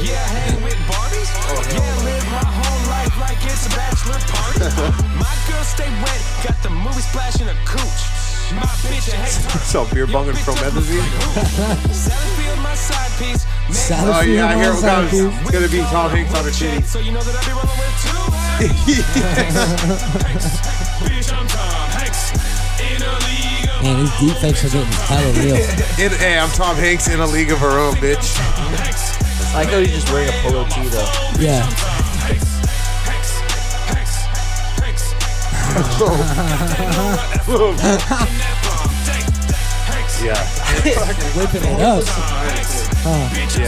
[SPEAKER 9] Yeah, I hang with Barbies. yeah, live my whole life like it's a bachelor party. my girl stay wet, got the movie splashing her cooch. My bitch a Hanks.
[SPEAKER 3] So beer bong and promethazine.
[SPEAKER 9] Satterfield, my side piece. Man,
[SPEAKER 4] Salad
[SPEAKER 3] Oh yeah, I hear it comes.
[SPEAKER 4] Dude.
[SPEAKER 3] It's gonna be Tom Hanks on a
[SPEAKER 9] shit,
[SPEAKER 3] shitty.
[SPEAKER 9] So you know that I be rolling with two. Hanks. Bitch, I'm Tom uh, Hanks. In a league of
[SPEAKER 4] Man, these deep fakes are getting hella real.
[SPEAKER 3] In hey, I'm Tom Hanks in a league of her own, bitch.
[SPEAKER 10] I like how he's just wearing a polo tee though.
[SPEAKER 4] Yeah.
[SPEAKER 9] Hanks. Hanks. Hanks. Hanks.
[SPEAKER 3] Yeah,
[SPEAKER 4] Whipping it up.
[SPEAKER 3] yeah. [LAUGHS]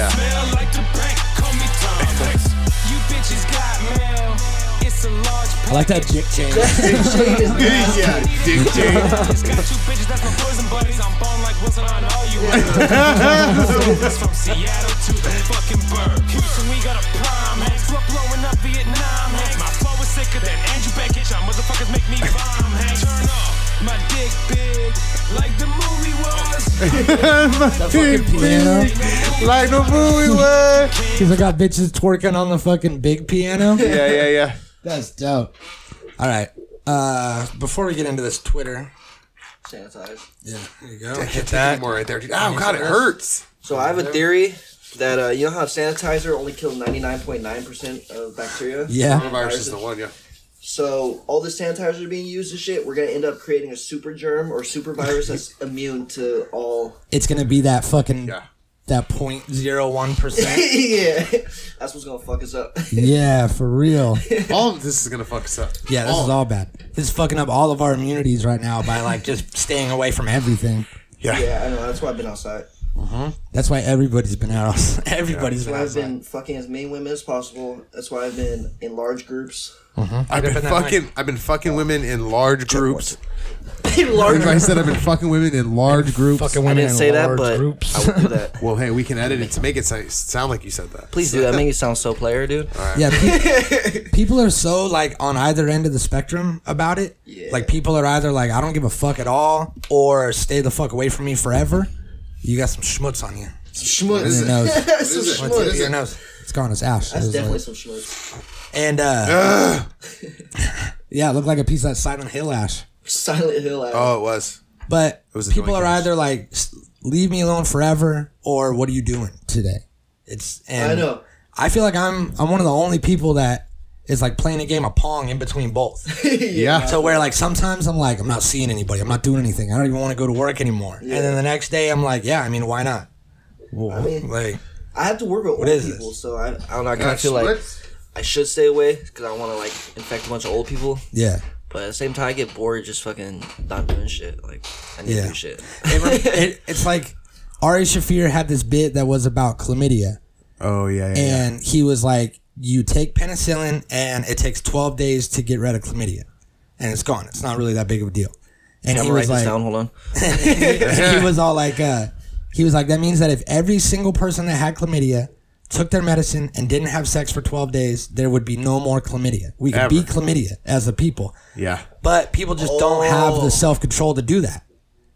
[SPEAKER 9] Smell like the bank. Call me Tom Hanks. You bitches got mail. It's a large
[SPEAKER 4] I like that dick change.
[SPEAKER 3] yeah, dick [LAUGHS] Jane.
[SPEAKER 9] It's got two bitches that's my boys and buddies. I'm bone like Wilson on all you others. It's from Seattle to the fucking bird. Houston, we got a prime. Hanks, we're blowing up Vietnam. Hanks, my flow is sicker than Andrew Beckett. Y'all motherfuckers make me bomb. Hanks, turn up. My dick big, like the movie was.
[SPEAKER 3] the
[SPEAKER 5] fucking piano.
[SPEAKER 3] Like the movie way.
[SPEAKER 5] He's like, got bitches twerking on the fucking big piano.
[SPEAKER 10] Yeah, yeah, yeah.
[SPEAKER 5] That's dope. All right. Uh, before we get into this Twitter,
[SPEAKER 8] sanitize.
[SPEAKER 5] yeah, there you go.
[SPEAKER 3] Hit that more right there. dude. Oh god, it hurts.
[SPEAKER 8] So I have a theory that uh, you know how sanitizer only kills 99.9% of bacteria?
[SPEAKER 5] Yeah.
[SPEAKER 3] Coronavirus is the one, yeah.
[SPEAKER 8] So all the sanitizer being used and shit, we're gonna end up creating a super germ or super virus that's
[SPEAKER 5] [LAUGHS]
[SPEAKER 8] immune to all.
[SPEAKER 5] It's gonna be that fucking
[SPEAKER 3] Yeah.
[SPEAKER 5] that point zero one
[SPEAKER 8] [LAUGHS]
[SPEAKER 5] percent.
[SPEAKER 8] yeah, that's what's gonna fuck us up.
[SPEAKER 5] [LAUGHS] Yeah, for real.
[SPEAKER 3] All of [LAUGHS] this is gonna fuck us up.
[SPEAKER 5] Yeah, this
[SPEAKER 3] all.
[SPEAKER 5] is all bad. This is fucking up all of our immunities right now by like just staying away from everything.
[SPEAKER 8] yeah, I know. That's why I've been outside.
[SPEAKER 5] That's why everybody's been out. [LAUGHS] Everybody's
[SPEAKER 8] That's why I've
[SPEAKER 5] been
[SPEAKER 8] been fucking as many women as possible. That's why I've been in large groups.
[SPEAKER 3] I've been
[SPEAKER 5] that
[SPEAKER 3] fucking I've been fucking women in large groups.
[SPEAKER 8] in large.
[SPEAKER 3] If I said I've been fucking women in large groups.
[SPEAKER 5] fucking
[SPEAKER 8] I
[SPEAKER 5] women
[SPEAKER 8] didn't
[SPEAKER 5] in
[SPEAKER 8] say that,
[SPEAKER 5] large
[SPEAKER 8] but
[SPEAKER 5] groups.
[SPEAKER 8] I would do
[SPEAKER 5] [LAUGHS]
[SPEAKER 8] that.
[SPEAKER 3] Well, hey, we can edit it to make it so- sound like you said that.
[SPEAKER 8] Please do that. Make it sound so player, dude.
[SPEAKER 5] Yeah,
[SPEAKER 8] [LAUGHS]
[SPEAKER 5] pe- people are so like on either end of the spectrum about it.
[SPEAKER 8] Yeah.
[SPEAKER 5] Like people are either like I don't give a fuck at all, or stay the fuck away from me forever. You got some schmutz on you.
[SPEAKER 3] Schmutz.
[SPEAKER 5] Your nose.
[SPEAKER 8] That's some
[SPEAKER 5] What's it?
[SPEAKER 8] schmutz.
[SPEAKER 5] Your nose. It's gone. It's ash. It
[SPEAKER 8] That's
[SPEAKER 5] was like-
[SPEAKER 8] definitely some schmutz.
[SPEAKER 5] and uh, yeah, it looked like a piece of that Silent Hill ash.
[SPEAKER 8] Silent Hill. ass.
[SPEAKER 3] Oh, it was.
[SPEAKER 5] But
[SPEAKER 3] was
[SPEAKER 5] people
[SPEAKER 3] annoying
[SPEAKER 5] are
[SPEAKER 3] times.
[SPEAKER 5] either like, "S- leave me alone forever, or what are you doing today? It's and
[SPEAKER 8] I know.
[SPEAKER 5] I feel like I'm I'm one of the only people that is like playing a game of pong in between both.
[SPEAKER 3] [LAUGHS] Yeah.
[SPEAKER 5] so where like sometimes I'm like I'm not seeing anybody, I'm not doing anything, I don't even want to go to work anymore. And then the next day I'm like, yeah, I mean, why not?
[SPEAKER 8] mean-
[SPEAKER 5] like
[SPEAKER 8] I have to work with old
[SPEAKER 5] is
[SPEAKER 8] people,
[SPEAKER 5] this?
[SPEAKER 8] so I, I don't know. I kind of feel like I should stay away because I want to like infect a bunch of old people.
[SPEAKER 5] yeah.
[SPEAKER 8] But at the same time, I get bored just fucking not doing shit. Like I need
[SPEAKER 5] Yeah.
[SPEAKER 8] to do shit.
[SPEAKER 5] It
[SPEAKER 8] [LAUGHS]
[SPEAKER 5] rem- it- it's like Ari Shafir had this bit that was about chlamydia.
[SPEAKER 3] Oh yeah. yeah, yeah.
[SPEAKER 5] and he was like, "You take penicillin, and it takes 12 days to get rid of chlamydia, and it's gone. It's not really that big of a deal." And
[SPEAKER 8] I'm
[SPEAKER 5] he
[SPEAKER 8] gonna
[SPEAKER 5] was
[SPEAKER 8] write this
[SPEAKER 5] like,
[SPEAKER 8] down. Hold on.
[SPEAKER 5] [LAUGHS] he was all like, uh, he was like, that means that if every single person that had chlamydia took their medicine and didn't have sex for 12 days, there would be no more chlamydia. We could
[SPEAKER 3] Ever.
[SPEAKER 5] beat chlamydia as a people.
[SPEAKER 3] yeah.
[SPEAKER 5] But people just don't have the self control to do that.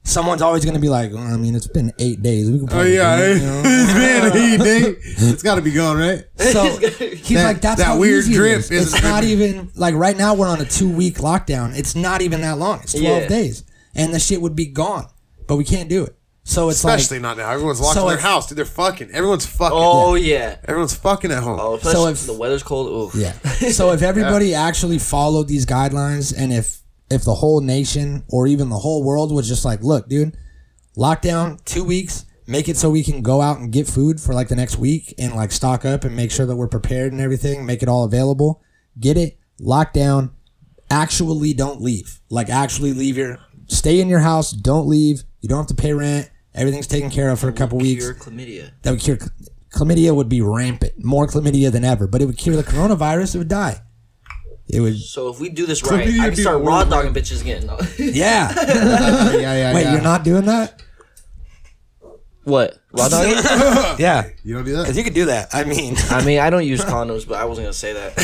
[SPEAKER 5] Someone's always going to be like, well, I mean, it's been eight days. We could
[SPEAKER 3] Oh
[SPEAKER 5] probably
[SPEAKER 3] yeah.
[SPEAKER 5] do it, you know?
[SPEAKER 3] it's been a heat day.
[SPEAKER 5] [LAUGHS]
[SPEAKER 3] It's got to be gone, right?
[SPEAKER 5] So he's like, that's
[SPEAKER 3] that
[SPEAKER 5] how
[SPEAKER 3] weird
[SPEAKER 5] easy
[SPEAKER 3] drip
[SPEAKER 5] it is.
[SPEAKER 3] is-
[SPEAKER 5] It's not even like right now we're on a two week lockdown. It's not even that long. It's twelve
[SPEAKER 8] Yeah.
[SPEAKER 5] days, and the shit would be gone. But we can't do it. So it's
[SPEAKER 3] Especially not
[SPEAKER 5] like
[SPEAKER 3] now. Everyone's locked
[SPEAKER 5] So
[SPEAKER 3] in their
[SPEAKER 5] it's-
[SPEAKER 3] house, dude. They're fucking. Everyone's fucking.
[SPEAKER 8] Oh yeah.
[SPEAKER 3] Everyone's fucking at home.
[SPEAKER 8] Oh,
[SPEAKER 5] So
[SPEAKER 8] so
[SPEAKER 5] if-
[SPEAKER 8] if the weather's cold,
[SPEAKER 5] [LAUGHS]
[SPEAKER 8] ooh.
[SPEAKER 5] yeah. So if everybody actually followed these guidelines, and if if the whole nation or even the whole world was just like, look, dude, lockdown two weeks. Make it so we can go out and get food for like the next week and like stock up and make sure that we're prepared and everything. Make it all available. Get it locked down. actually don't leave. Like actually leave your stay in your house. Don't leave. You don't have to pay rent. Everything's taken care of for a couple weeks.
[SPEAKER 8] Cure chlamydia.
[SPEAKER 5] That would cure chlamydia would be rampant, more chlamydia than ever. But it would cure the coronavirus. It would die. It would.
[SPEAKER 8] So if we do this right,
[SPEAKER 3] Chlamydia
[SPEAKER 8] I
[SPEAKER 3] be
[SPEAKER 8] can start
[SPEAKER 3] the
[SPEAKER 8] raw
[SPEAKER 3] word,
[SPEAKER 8] dogging bitches again.
[SPEAKER 5] [LAUGHS]
[SPEAKER 8] [LAUGHS]
[SPEAKER 5] Yeah.
[SPEAKER 3] yeah, yeah.
[SPEAKER 5] Wait,
[SPEAKER 3] yeah.
[SPEAKER 5] you're not doing that?
[SPEAKER 8] what raw dogging?
[SPEAKER 5] Yeah.
[SPEAKER 3] You don't do that.
[SPEAKER 5] Because you could do that. I mean,
[SPEAKER 8] I mean, I don't use condoms, but I wasn't gonna say that.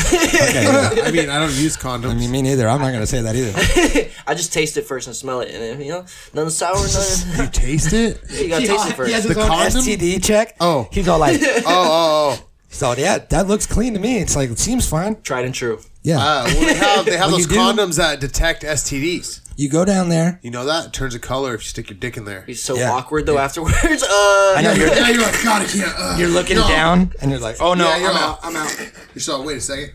[SPEAKER 8] [LAUGHS]
[SPEAKER 3] I mean, I don't use condoms.
[SPEAKER 5] [LAUGHS] I mean, me neither. I'm not gonna say that [LAUGHS] either.
[SPEAKER 8] I just taste it first and smell it, and then you know, nothing sour, nothing.
[SPEAKER 3] you taste it.
[SPEAKER 5] [LAUGHS]
[SPEAKER 8] you gotta taste it first.
[SPEAKER 3] The condom.
[SPEAKER 5] STD check.
[SPEAKER 3] [LAUGHS] Oh.
[SPEAKER 5] He's all like,
[SPEAKER 3] Oh, oh, oh.
[SPEAKER 5] he's all, yeah, that looks clean to me. It's like, it seems fine.
[SPEAKER 8] Tried and true.
[SPEAKER 5] Yeah.
[SPEAKER 3] Uh, well,
[SPEAKER 5] [LAUGHS]
[SPEAKER 3] they have, they have
[SPEAKER 5] Well, you
[SPEAKER 3] those
[SPEAKER 5] do.
[SPEAKER 3] condoms that detect STDs.
[SPEAKER 5] you go down there.
[SPEAKER 3] You know that? It turns a color if you stick your dick in there.
[SPEAKER 8] It's so
[SPEAKER 5] Yeah.
[SPEAKER 8] awkward though afterwards. [LAUGHS] Uh,
[SPEAKER 5] I know
[SPEAKER 3] [LAUGHS]
[SPEAKER 5] you're,
[SPEAKER 3] Yeah, you're like, God, I can't. uh,
[SPEAKER 5] you're looking
[SPEAKER 3] no."
[SPEAKER 5] down and you're like, oh no,
[SPEAKER 3] Yeah, you're
[SPEAKER 5] I'm
[SPEAKER 3] all-
[SPEAKER 5] out. I'm out.
[SPEAKER 3] You're so, wait a
[SPEAKER 5] [LAUGHS]
[SPEAKER 3] second.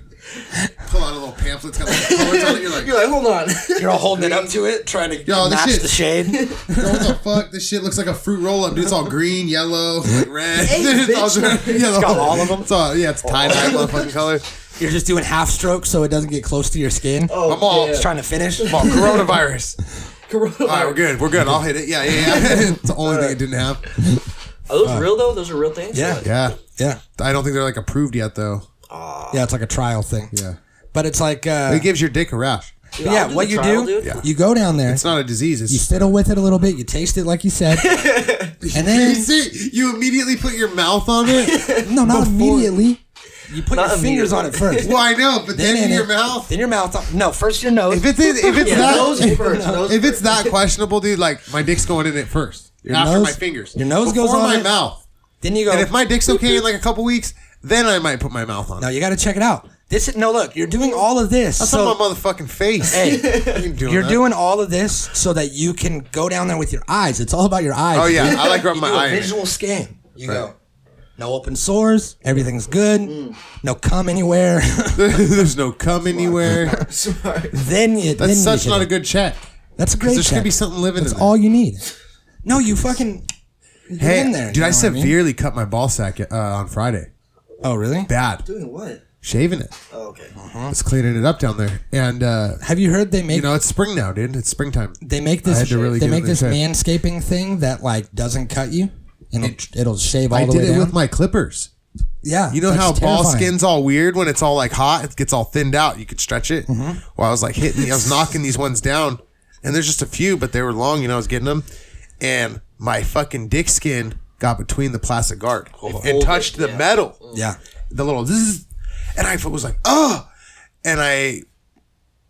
[SPEAKER 3] Pull out a little pamphlet. It's got little colors on it. You're like,
[SPEAKER 8] You're like, hold
[SPEAKER 10] [LAUGHS]
[SPEAKER 8] on.
[SPEAKER 5] You're all holding it up to it, trying to
[SPEAKER 3] Yo, this
[SPEAKER 5] match
[SPEAKER 3] shit- [LAUGHS]
[SPEAKER 5] the shade.
[SPEAKER 3] what the fuck? This shit looks like a fruit roll up, dude. It's all green, [LAUGHS] yellow, like red. it's all yellow.
[SPEAKER 5] got all of 'em.
[SPEAKER 3] It's all, yeah, it's tie
[SPEAKER 5] [LAUGHS]
[SPEAKER 3] dye motherfucking color.
[SPEAKER 5] You're just doing half strokes so it doesn't get close to your skin. Oh,
[SPEAKER 3] I'm all.
[SPEAKER 5] just trying to finish.
[SPEAKER 3] I'm all coronavirus.
[SPEAKER 8] Coronavirus.
[SPEAKER 3] All right, we're good. We're good. I'll hit it. Yeah, yeah, yeah. [LAUGHS] it's the only thing it didn't have.
[SPEAKER 8] Are those real though? Those are real things.
[SPEAKER 5] Yeah.
[SPEAKER 3] Yeah.
[SPEAKER 5] Yeah,
[SPEAKER 3] I don't think they're like approved yet, though.
[SPEAKER 5] [LAUGHS] yeah, it's like a trial thing.
[SPEAKER 3] Yeah.
[SPEAKER 5] But it's like, uh,
[SPEAKER 3] It gives your dick a rash.
[SPEAKER 5] but yeah,
[SPEAKER 8] I'll do
[SPEAKER 5] what
[SPEAKER 8] the
[SPEAKER 5] you do,
[SPEAKER 8] trial,
[SPEAKER 4] [LAUGHS]
[SPEAKER 8] dude. Yeah.
[SPEAKER 5] you go down there,
[SPEAKER 3] It's not a disease. It's
[SPEAKER 5] you fiddle with it a little bit, you taste it like you said, and
[SPEAKER 3] [LAUGHS] You
[SPEAKER 5] then
[SPEAKER 3] see, you immediately put your mouth on [LAUGHS] it.
[SPEAKER 5] no, not immediately. You put
[SPEAKER 8] Not
[SPEAKER 5] your fingers on it first.
[SPEAKER 3] well, I know, but then, [LAUGHS] in
[SPEAKER 5] it-
[SPEAKER 3] your mouth.
[SPEAKER 5] Then your mouth. On, no, first your nose.
[SPEAKER 3] If it's if it's
[SPEAKER 8] Yeah,
[SPEAKER 3] that [LAUGHS]
[SPEAKER 8] those first. Those
[SPEAKER 3] if it's that questionable, dude, like my dick's going in it first.
[SPEAKER 5] Your
[SPEAKER 3] after
[SPEAKER 5] nose-
[SPEAKER 3] my fingers.
[SPEAKER 5] your nose goes
[SPEAKER 3] Before
[SPEAKER 5] on
[SPEAKER 3] my
[SPEAKER 5] it.
[SPEAKER 3] mouth.
[SPEAKER 5] Then you go.
[SPEAKER 3] And if my dick's okay in like a couple weeks, then I might put my mouth on.
[SPEAKER 5] no,
[SPEAKER 3] it.
[SPEAKER 5] "Oh, you got to check it out. This is no look. You're doing all of this.
[SPEAKER 3] That's
[SPEAKER 5] so
[SPEAKER 3] on my motherfucking face.
[SPEAKER 5] Hey,
[SPEAKER 3] [LAUGHS] you doing
[SPEAKER 5] you're
[SPEAKER 3] that.
[SPEAKER 5] doing all of this so that you can go down there with your eyes. It's all about your eyes.
[SPEAKER 3] Oh yeah,
[SPEAKER 5] dude.
[SPEAKER 3] I like rubbing my
[SPEAKER 5] you do a
[SPEAKER 3] eye. in it. [LAUGHS]
[SPEAKER 5] visual scan. You
[SPEAKER 3] Right. Mm.
[SPEAKER 5] go. No open sores. Everything's good. No cum anywhere. [LAUGHS]
[SPEAKER 3] There's no cum anywhere.
[SPEAKER 5] then you.
[SPEAKER 3] That's such not a good check.
[SPEAKER 5] That's a great.
[SPEAKER 3] There's gonna
[SPEAKER 5] check.
[SPEAKER 3] be something living
[SPEAKER 5] That's
[SPEAKER 3] in
[SPEAKER 5] all you need. No, you fucking.
[SPEAKER 3] Hey,
[SPEAKER 5] in there, you
[SPEAKER 3] dude, I
[SPEAKER 5] know what I mean?
[SPEAKER 3] severely cut my ball sack uh, on Friday.
[SPEAKER 5] Oh really?
[SPEAKER 3] Bad.
[SPEAKER 8] Doing what?
[SPEAKER 3] Shaving it.
[SPEAKER 8] Oh, okay.
[SPEAKER 3] It's cleaning it up down there. And uh,
[SPEAKER 5] Uh-huh. Have you heard they make
[SPEAKER 3] you know, it's spring now, dude. It's springtime.
[SPEAKER 5] they make
[SPEAKER 3] I
[SPEAKER 5] this
[SPEAKER 3] had to really
[SPEAKER 5] they
[SPEAKER 3] give
[SPEAKER 5] make
[SPEAKER 3] it a
[SPEAKER 5] this
[SPEAKER 3] check.
[SPEAKER 5] manscaping thing that like doesn't cut you and it, it'll shave all
[SPEAKER 3] I
[SPEAKER 5] the
[SPEAKER 3] did
[SPEAKER 5] way
[SPEAKER 3] it
[SPEAKER 5] down.
[SPEAKER 3] with my clippers.
[SPEAKER 5] yeah,
[SPEAKER 3] You know
[SPEAKER 5] that's
[SPEAKER 3] how ball
[SPEAKER 5] terrifying.
[SPEAKER 3] skin's all weird when it's all like hot, it gets all thinned out. You could stretch it.
[SPEAKER 5] Mm-hmm.
[SPEAKER 3] Well, I was like hitting, I was knocking these ones down, and there's just a few, but they were long. You know, I was getting them, and my fucking dick skin got between the plastic guard and touched the metal.
[SPEAKER 5] Yeah,
[SPEAKER 3] the little zzz, and I was like, oh, and I,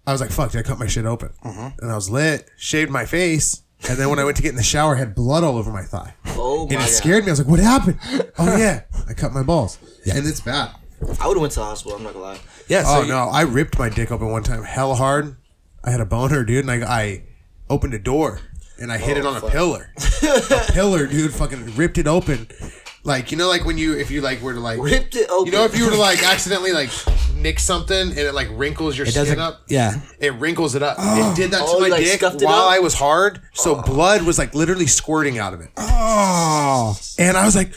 [SPEAKER 3] I was like, fuck, did I cut my shit open?
[SPEAKER 10] Mm-hmm.
[SPEAKER 3] And I was lit, shaved my face, and then when I went to get in the shower, I had blood all over my thigh,
[SPEAKER 10] Oh
[SPEAKER 3] and
[SPEAKER 10] my
[SPEAKER 3] it
[SPEAKER 10] god.
[SPEAKER 3] scared me. I was like, what
[SPEAKER 10] [LAUGHS]
[SPEAKER 3] happened? oh yeah, I cut my balls, and it's bad.
[SPEAKER 10] I would have went to the hospital. I'm not gonna lie.
[SPEAKER 5] yeah. So
[SPEAKER 3] oh
[SPEAKER 5] you-
[SPEAKER 3] no, I ripped my dick open one time, hella hard. I had a boner, dude, and I, I opened a door and I
[SPEAKER 10] Oh,
[SPEAKER 3] hit it on a pillar,
[SPEAKER 10] [LAUGHS]
[SPEAKER 3] a pillar, dude. Fucking ripped it open, like you know, like when you if you like were to like
[SPEAKER 10] Ripped it open.
[SPEAKER 3] you know, if you were to like accidentally like nick something and it like wrinkles your
[SPEAKER 5] doesn't-
[SPEAKER 3] skin up,
[SPEAKER 5] yeah.
[SPEAKER 3] it wrinkles it up. It did that to
[SPEAKER 10] Oh,
[SPEAKER 3] my
[SPEAKER 10] you, like,
[SPEAKER 3] dick
[SPEAKER 10] scuffed it
[SPEAKER 3] while
[SPEAKER 10] up? Oh.
[SPEAKER 3] I was hard, so blood was like literally squirting out of it.
[SPEAKER 5] oh,
[SPEAKER 3] And I was like,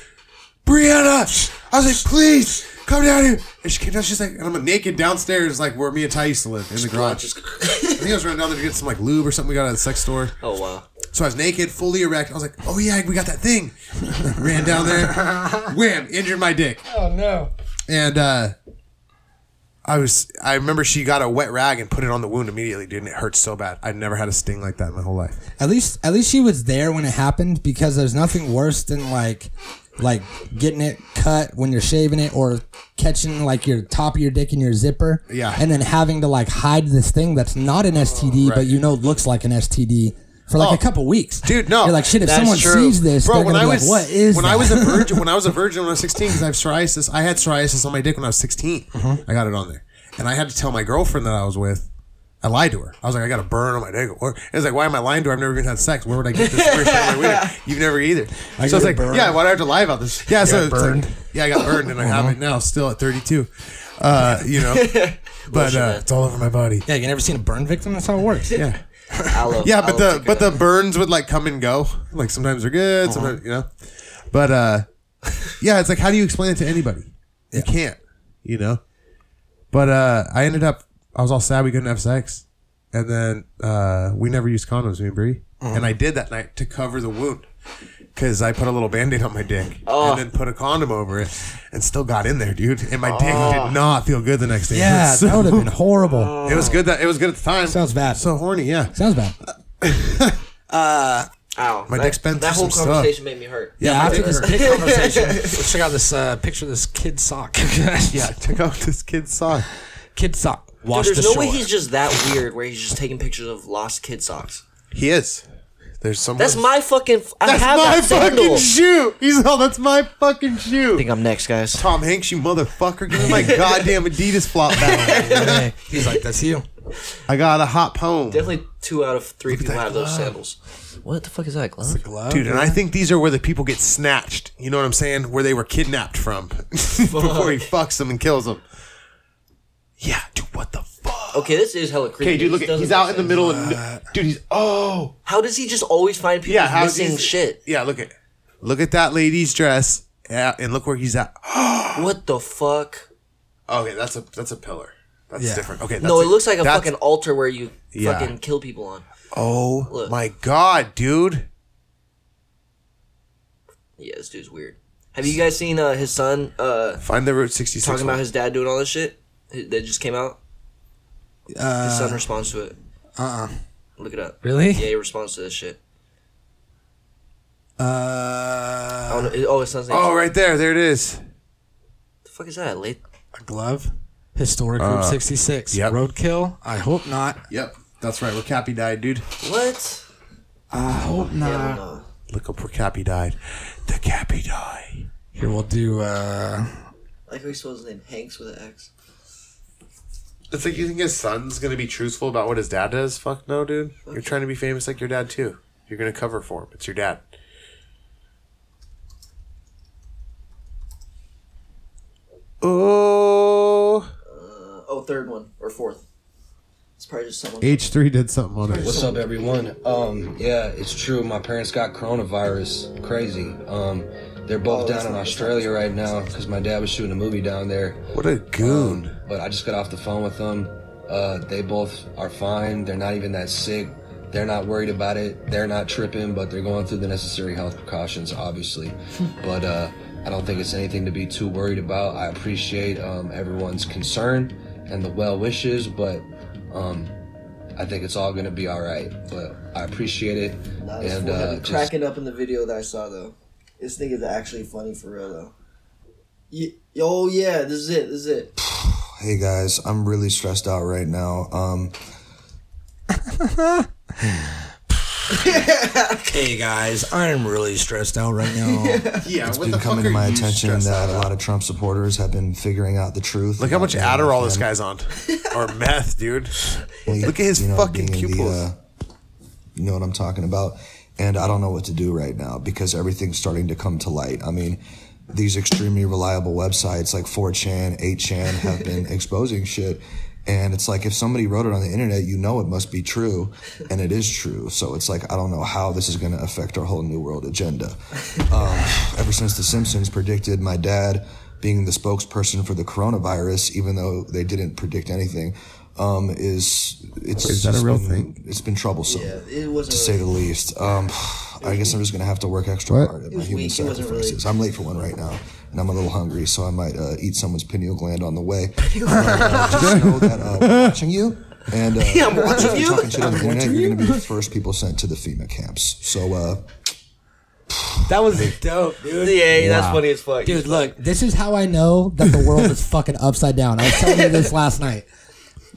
[SPEAKER 3] Brianna, I was like, please come down here. And she came down, she's like, and I'm naked downstairs, like where me and Ty used to live in the garage. I think I was running down there to get some like lube or something we got at the sex store.
[SPEAKER 10] Oh wow.
[SPEAKER 3] So I was naked, fully erect. I was like, oh yeah, we got that thing. Ran down there, wham, injured my dick.
[SPEAKER 5] oh no.
[SPEAKER 3] And uh I was I remember she got a wet rag and put it on the wound immediately, dude, and it hurt so bad. I'd never had a sting like that in my whole life.
[SPEAKER 5] At least at least she was there when it happened because there's nothing worse than like like getting it cut when you're shaving it or catching like your top of your dick in your zipper.
[SPEAKER 3] Yeah.
[SPEAKER 5] And then having to like hide this thing that's not an STD but you know looks like an STD for like
[SPEAKER 3] Oh.
[SPEAKER 5] a couple weeks.
[SPEAKER 3] Dude, no.
[SPEAKER 5] You're like shit if
[SPEAKER 10] That's
[SPEAKER 5] someone
[SPEAKER 10] true.
[SPEAKER 5] sees this,
[SPEAKER 3] Bro,
[SPEAKER 5] they're
[SPEAKER 3] when
[SPEAKER 5] gonna
[SPEAKER 3] I
[SPEAKER 5] be
[SPEAKER 3] was
[SPEAKER 5] like, what is
[SPEAKER 3] when
[SPEAKER 5] that?
[SPEAKER 3] I was a virgin when I was a virgin when I was 16 because I have psoriasis. I had psoriasis on my dick when I was 16.
[SPEAKER 5] Mm-hmm.
[SPEAKER 3] I got it on there, and I had to tell my girlfriend that I was with. I lied to her. I was like, I got a burn on my dick. Or and it's like, why am I lying to her? I've never even had sex. Where would I get this first time I win
[SPEAKER 5] [LAUGHS]
[SPEAKER 3] it? You've never either. so I was
[SPEAKER 5] got a
[SPEAKER 3] like,
[SPEAKER 5] burn.
[SPEAKER 3] yeah, why do I have to lie about this? Yeah, so it's like-
[SPEAKER 11] burned.
[SPEAKER 3] yeah, I got burned, and I
[SPEAKER 5] Uh-huh.
[SPEAKER 3] have it now, still at 32. Uh, you
[SPEAKER 5] [LAUGHS]
[SPEAKER 3] know, but uh, it's all over my body.
[SPEAKER 5] Yeah, you never seen a burn victim? That's how it works.
[SPEAKER 3] Yeah.
[SPEAKER 10] Aloe.
[SPEAKER 3] Yeah, but
[SPEAKER 10] aloe
[SPEAKER 3] the but the
[SPEAKER 10] vera.
[SPEAKER 3] burns would like come and go. Like sometimes they're
[SPEAKER 5] Uh-huh.
[SPEAKER 3] good, sometimes you know. But uh yeah, it's like how do you explain it to anybody? You can't, you know. But uh I ended up I was all sad we couldn't have sex. And then uh we never used condoms, me and Bree.
[SPEAKER 5] Uh-huh.
[SPEAKER 3] And I did that night to cover the wound. Cause I put a little band-aid on my dick and then put a condom over it and still got in there, dude. And my dick did not feel good the next day. [LAUGHS]
[SPEAKER 5] Yeah,
[SPEAKER 3] So-
[SPEAKER 5] that would have been horrible.
[SPEAKER 3] it was good that it was good at the time.
[SPEAKER 5] Sounds bad.
[SPEAKER 3] So horny, yeah.
[SPEAKER 5] Sounds bad.
[SPEAKER 10] Ow.
[SPEAKER 3] my
[SPEAKER 10] that,
[SPEAKER 3] dick's been
[SPEAKER 10] That
[SPEAKER 3] through
[SPEAKER 10] whole
[SPEAKER 3] some stuff.
[SPEAKER 10] conversation made me hurt.
[SPEAKER 5] Yeah, after
[SPEAKER 3] dick [LAUGHS]
[SPEAKER 5] this
[SPEAKER 3] hurt.
[SPEAKER 5] dick conversation, let's check out this uh, picture of this kid sock.
[SPEAKER 3] Yeah, check out this kid's sock.
[SPEAKER 5] kid sock. Wash
[SPEAKER 10] Dude,
[SPEAKER 5] the
[SPEAKER 10] there's no
[SPEAKER 5] shore.
[SPEAKER 10] way he's just that weird where he's just taking pictures of lost kid socks.
[SPEAKER 3] He is. There's someone.
[SPEAKER 10] That's my fucking. I
[SPEAKER 3] That's
[SPEAKER 10] have
[SPEAKER 3] my
[SPEAKER 10] that sandal.
[SPEAKER 3] fucking shoe. He's all. That's my fucking
[SPEAKER 10] I
[SPEAKER 3] shoe.
[SPEAKER 10] think I'm next, guys.
[SPEAKER 3] Tom Hanks, you motherfucker, give me
[SPEAKER 10] [LAUGHS]
[SPEAKER 3] my goddamn Adidas flop [LAUGHS] back.
[SPEAKER 5] Hey, he's like, that's you.
[SPEAKER 3] I got a hot poem,
[SPEAKER 10] Definitely two out of three people have those sandals. What the fuck is that? Glove?
[SPEAKER 3] dude. And I think these are where the people get snatched. You know what I'm saying? Where they were kidnapped from [LAUGHS] before he fucks them and kills them. Yeah, dude. What the fuck?
[SPEAKER 10] Okay, this is hella creepy.
[SPEAKER 3] Okay, dude. Look
[SPEAKER 10] This
[SPEAKER 3] at.
[SPEAKER 10] doesn't
[SPEAKER 3] He's
[SPEAKER 10] make
[SPEAKER 3] out in the
[SPEAKER 10] sense.
[SPEAKER 3] middle, and dude, he's oh.
[SPEAKER 10] How does he just always find people
[SPEAKER 3] Yeah, how
[SPEAKER 10] missing
[SPEAKER 3] he's-
[SPEAKER 10] shit?
[SPEAKER 3] Yeah, look at look at that lady's dress. Yeah, and look where he's at.
[SPEAKER 10] What the fuck?
[SPEAKER 3] Okay, that's a that's a pillar. That's different. Okay, that's
[SPEAKER 10] No, it looks like a
[SPEAKER 3] that's-
[SPEAKER 10] fucking altar where you
[SPEAKER 3] Yeah.
[SPEAKER 10] fucking kill people on.
[SPEAKER 3] Oh
[SPEAKER 10] Look.
[SPEAKER 3] my god, dude!
[SPEAKER 10] Yeah, this dude's weird. Have you guys seen uh, his son uh,
[SPEAKER 3] Find the Route 66.
[SPEAKER 10] talking about
[SPEAKER 3] one.
[SPEAKER 10] his dad doing all this shit that just came out? his son responds to it.
[SPEAKER 3] uh-uh.
[SPEAKER 10] Uh. uh Look it up.
[SPEAKER 5] Really?
[SPEAKER 10] Yeah, he responds to this shit.
[SPEAKER 5] Uh,
[SPEAKER 10] I don't know. Oh, his son's name.
[SPEAKER 3] oh, right there, there it is.
[SPEAKER 10] The fuck is that? Late.
[SPEAKER 5] a glove. Historic Route 66.
[SPEAKER 3] yep.
[SPEAKER 5] Roadkill. I hope not.
[SPEAKER 3] Yep, that's right. Where Cappy died, dude.
[SPEAKER 10] What?
[SPEAKER 5] I hope not.
[SPEAKER 10] No.
[SPEAKER 3] Look up where Cappy died. The Cappy die.
[SPEAKER 4] Here we'll do. uh
[SPEAKER 8] Like how he spells his name, Hanks with an X.
[SPEAKER 3] It's like you think his son's gonna be truthful about what his dad does? Fuck no, dude. You're trying to be famous like your dad too. You're gonna cover for him. It's your dad. Oh.
[SPEAKER 8] Uh, oh, third one or fourth. It's probably just someone.
[SPEAKER 3] H three did something on it.
[SPEAKER 12] What's up, everyone? Um, yeah, it's true. My parents got coronavirus. Crazy. Um, they're both down in Australia right now because my dad was shooting a movie down there.
[SPEAKER 3] What a goon.
[SPEAKER 12] But I just got off the phone with them. Uh, they both are fine. They're not even that sick. They're not worried about it. They're not tripping, but they're going through the necessary health precautions, obviously. but uh, I don't think it's anything to be too worried about. I appreciate um, everyone's concern and the well wishes, but um, I think it's all going to be all right. But I appreciate it.
[SPEAKER 8] Nah, this
[SPEAKER 12] and
[SPEAKER 8] fool had
[SPEAKER 12] uh,
[SPEAKER 8] me
[SPEAKER 12] just
[SPEAKER 8] cracking up in the video that I saw though. This nigga's actually funny for real though. Ye- oh yeah, this is it. This is it.
[SPEAKER 12] Hey guys, I'm really stressed out right now. Um,
[SPEAKER 4] Hey guys, I'm really stressed out right now.
[SPEAKER 5] [LAUGHS]
[SPEAKER 13] Yeah,
[SPEAKER 12] it's
[SPEAKER 13] what
[SPEAKER 12] been
[SPEAKER 13] the
[SPEAKER 12] coming
[SPEAKER 13] fuck
[SPEAKER 12] to
[SPEAKER 13] are
[SPEAKER 12] my
[SPEAKER 13] you
[SPEAKER 12] attention
[SPEAKER 13] stressed
[SPEAKER 12] that a lot of Trump supporters have been figuring out the truth.
[SPEAKER 3] Look how much Adderall this
[SPEAKER 12] guy.
[SPEAKER 3] guy's on, [LAUGHS] or meth, dude. Look at his fucking
[SPEAKER 12] being in the,
[SPEAKER 3] pupils.
[SPEAKER 12] uh, you know what I'm talking about? And I don't know what to do right now because everything's starting to come to light. I mean, these extremely reliable websites like 4chan, 8chan
[SPEAKER 3] [LAUGHS]
[SPEAKER 12] have been exposing shit. And it's like if somebody wrote it on the internet, you know it must be true, and it is true. So it's like I don't know how this is going to affect our whole new world agenda. Um, ever since The Simpsons predicted my dad being the spokesperson for the coronavirus, even though they didn't predict anything, um, is it's
[SPEAKER 3] Wait, is that a
[SPEAKER 12] it's
[SPEAKER 3] real
[SPEAKER 12] been-
[SPEAKER 3] thing?
[SPEAKER 12] It's been troublesome,
[SPEAKER 8] It wasn't.
[SPEAKER 12] to say the least. Um, I guess I'm just gonna have to work extra
[SPEAKER 3] What?
[SPEAKER 12] hard at
[SPEAKER 8] It
[SPEAKER 12] my
[SPEAKER 8] was
[SPEAKER 12] human
[SPEAKER 8] weak, it wasn't really-
[SPEAKER 12] sacrifices. I'm late for one right now, and I'm a little hungry, so I might uh, eat someone's pineal gland on
[SPEAKER 8] [LAUGHS]
[SPEAKER 12] the way. Uh, just know that uh, we're watching you. And uh,
[SPEAKER 8] Yeah, [LAUGHS] I'm
[SPEAKER 12] if you're
[SPEAKER 8] watching you.
[SPEAKER 12] Talking shit on the
[SPEAKER 8] I'm
[SPEAKER 12] internet,
[SPEAKER 8] watching
[SPEAKER 12] you're gonna be the first people sent to the FEMA camps. So uh,
[SPEAKER 4] That was dope, dude.
[SPEAKER 8] Yeah, that's funny as fuck.
[SPEAKER 5] Dude, look, this is how I know that the world is fucking upside down. I was telling you this last night.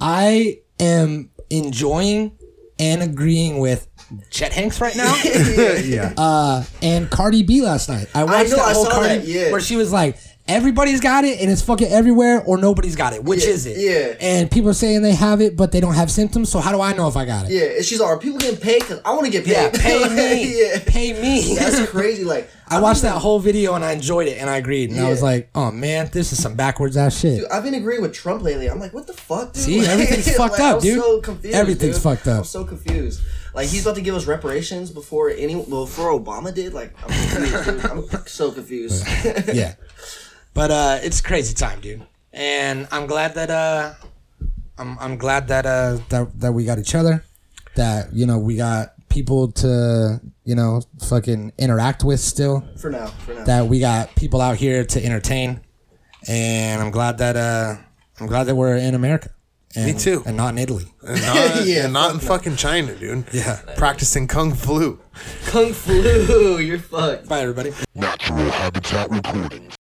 [SPEAKER 5] I am enjoying and agreeing with Chet Hanks right
[SPEAKER 8] [LAUGHS]
[SPEAKER 5] now.
[SPEAKER 3] yeah.
[SPEAKER 5] uh, and Cardi B last night. I watched
[SPEAKER 8] know, I
[SPEAKER 5] that whole
[SPEAKER 8] saw
[SPEAKER 5] Cardi
[SPEAKER 8] that, yeah.
[SPEAKER 5] where she was like, "Everybody's got it, and it's fucking everywhere, or nobody's got it. Which
[SPEAKER 8] Yeah,
[SPEAKER 5] is it?
[SPEAKER 8] yeah.
[SPEAKER 5] And people are saying they have it, but they don't have symptoms. So how do I know if I got it?
[SPEAKER 8] Yeah, and she's like, are people getting paid? Cause I want to get paid.
[SPEAKER 5] Yeah,
[SPEAKER 8] [LAUGHS]
[SPEAKER 5] pay me,
[SPEAKER 8] yeah,
[SPEAKER 5] pay me.
[SPEAKER 8] [LAUGHS] that's crazy. Like
[SPEAKER 5] I watched that whole video and I enjoyed it, and I agreed, and I was
[SPEAKER 8] Yeah.
[SPEAKER 5] like, "Oh man, this is some backwards ass
[SPEAKER 3] [LAUGHS]
[SPEAKER 5] shit."
[SPEAKER 8] I've been agreeing with Trump lately. I'm like, what the fuck, dude?
[SPEAKER 5] See,
[SPEAKER 8] [LAUGHS] Like,
[SPEAKER 5] everything's fucked
[SPEAKER 8] like,
[SPEAKER 5] up,
[SPEAKER 8] I'm
[SPEAKER 5] dude.
[SPEAKER 8] so confused.
[SPEAKER 5] Everything's
[SPEAKER 8] dude.
[SPEAKER 5] fucked up.
[SPEAKER 8] I'm so confused. Like he's about to give us reparations before any before Obama did. Like I'm confused, dude. I'm
[SPEAKER 5] [LAUGHS]
[SPEAKER 8] so confused. [LAUGHS]
[SPEAKER 5] yeah, but uh, it's crazy time, dude, and I'm glad that uh, I'm I'm glad that uh that that we got each other, that you know we got people to you know fucking interact with still.
[SPEAKER 8] for now, for now.
[SPEAKER 5] that we got people out here to entertain, and I'm glad that uh, I'm glad that we're in America. And,
[SPEAKER 3] Me too.
[SPEAKER 5] and not in Italy.
[SPEAKER 13] [LAUGHS]
[SPEAKER 3] And not,
[SPEAKER 8] Yeah,
[SPEAKER 3] and not in fucking China, dude.
[SPEAKER 5] Yeah.
[SPEAKER 3] Practicing kung flu.
[SPEAKER 8] Kung flu, you're fucked.
[SPEAKER 5] Bye, everybody.
[SPEAKER 14] Natural Habitat Recordings.